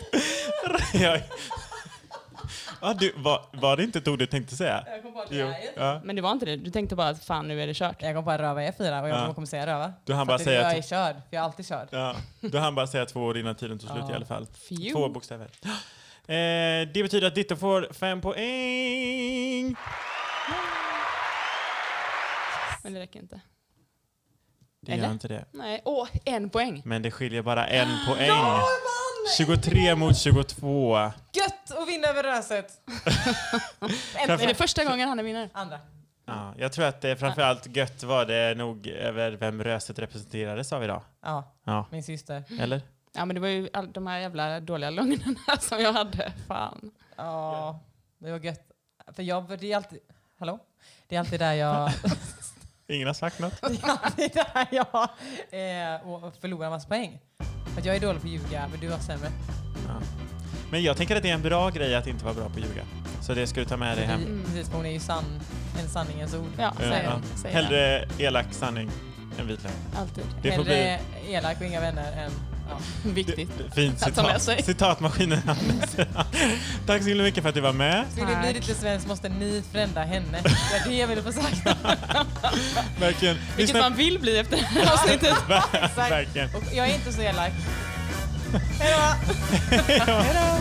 S1: Jag- ja, du, var, var det inte ett ord du tänkte säga?
S2: Jag kom på att
S1: Jo, ja.
S3: Men det var inte det. Du tänkte bara att fan nu är det kört.
S2: Jag kom på att röva är fyra och jag
S1: Ja.
S2: kommer säga röva.
S1: Du hann
S2: För
S1: bara
S2: att
S1: säga
S2: jag
S1: att-
S2: är körd, för jag är alltid körd.
S1: Ja, du hann bara säga två ord innan tiden tog slut i
S2: Ja.
S1: alla fall.
S3: Phew.
S1: Två bokstäver. Eh, det betyder att Ditto får fem poäng.
S3: Men det räcker inte.
S1: Det gör
S3: Eller?
S1: inte det.
S3: Nej, åh, en poäng.
S1: Men det skiljer bara en poäng.
S2: vann!
S1: 23 mot 22.
S2: Gött att vinna över röset!
S3: Är det
S2: Äntligen!
S3: första gången han är vinnare?
S2: Andra.
S1: Ja, jag tror att det framförallt gött var det nog över vem röset representerades av idag.
S2: Ja,
S1: Ja,
S2: min syster.
S1: eller?
S3: Ja, men det var ju all, de här jävla dåliga lögnerna som jag hade. Fan.
S2: Ja, det var gött. För jag, det är alltid... Hallå? Det är alltid där jag...
S1: Ingen har sagt något.
S2: Det är alltid där jag eh, och förlorar en massa poäng. För att jag är dålig på att ljuga, men du var sämre.
S1: Ja. Men jag tänker att det är en bra grej att inte vara bra på att ljuga. Så det ska du ta med dig hem.
S2: Precis, Precis, för hon är ju sann. En sanningens ord.
S3: Ja,
S1: Ja,
S3: säger
S1: ja.
S3: den, säger
S1: Hellre elak sanning än vit lögn.
S3: den. Alltid.
S1: Det får
S2: Hellre elak och inga vänner än... Ja.
S3: Viktigt.
S1: Fint
S3: Att ta med sig.
S1: citat. Citatmaskinen används. Tack så mycket för att du var med.
S2: Vill det bli
S3: Tack.
S2: lite svenskt måste ni förändra henne. Det är det jag ville få sagt.
S1: Verkligen.
S3: Vilket man vill bli efter det här avsnittet.
S1: Verkligen.
S2: Och jag är inte så elak. Hej då! Hej då!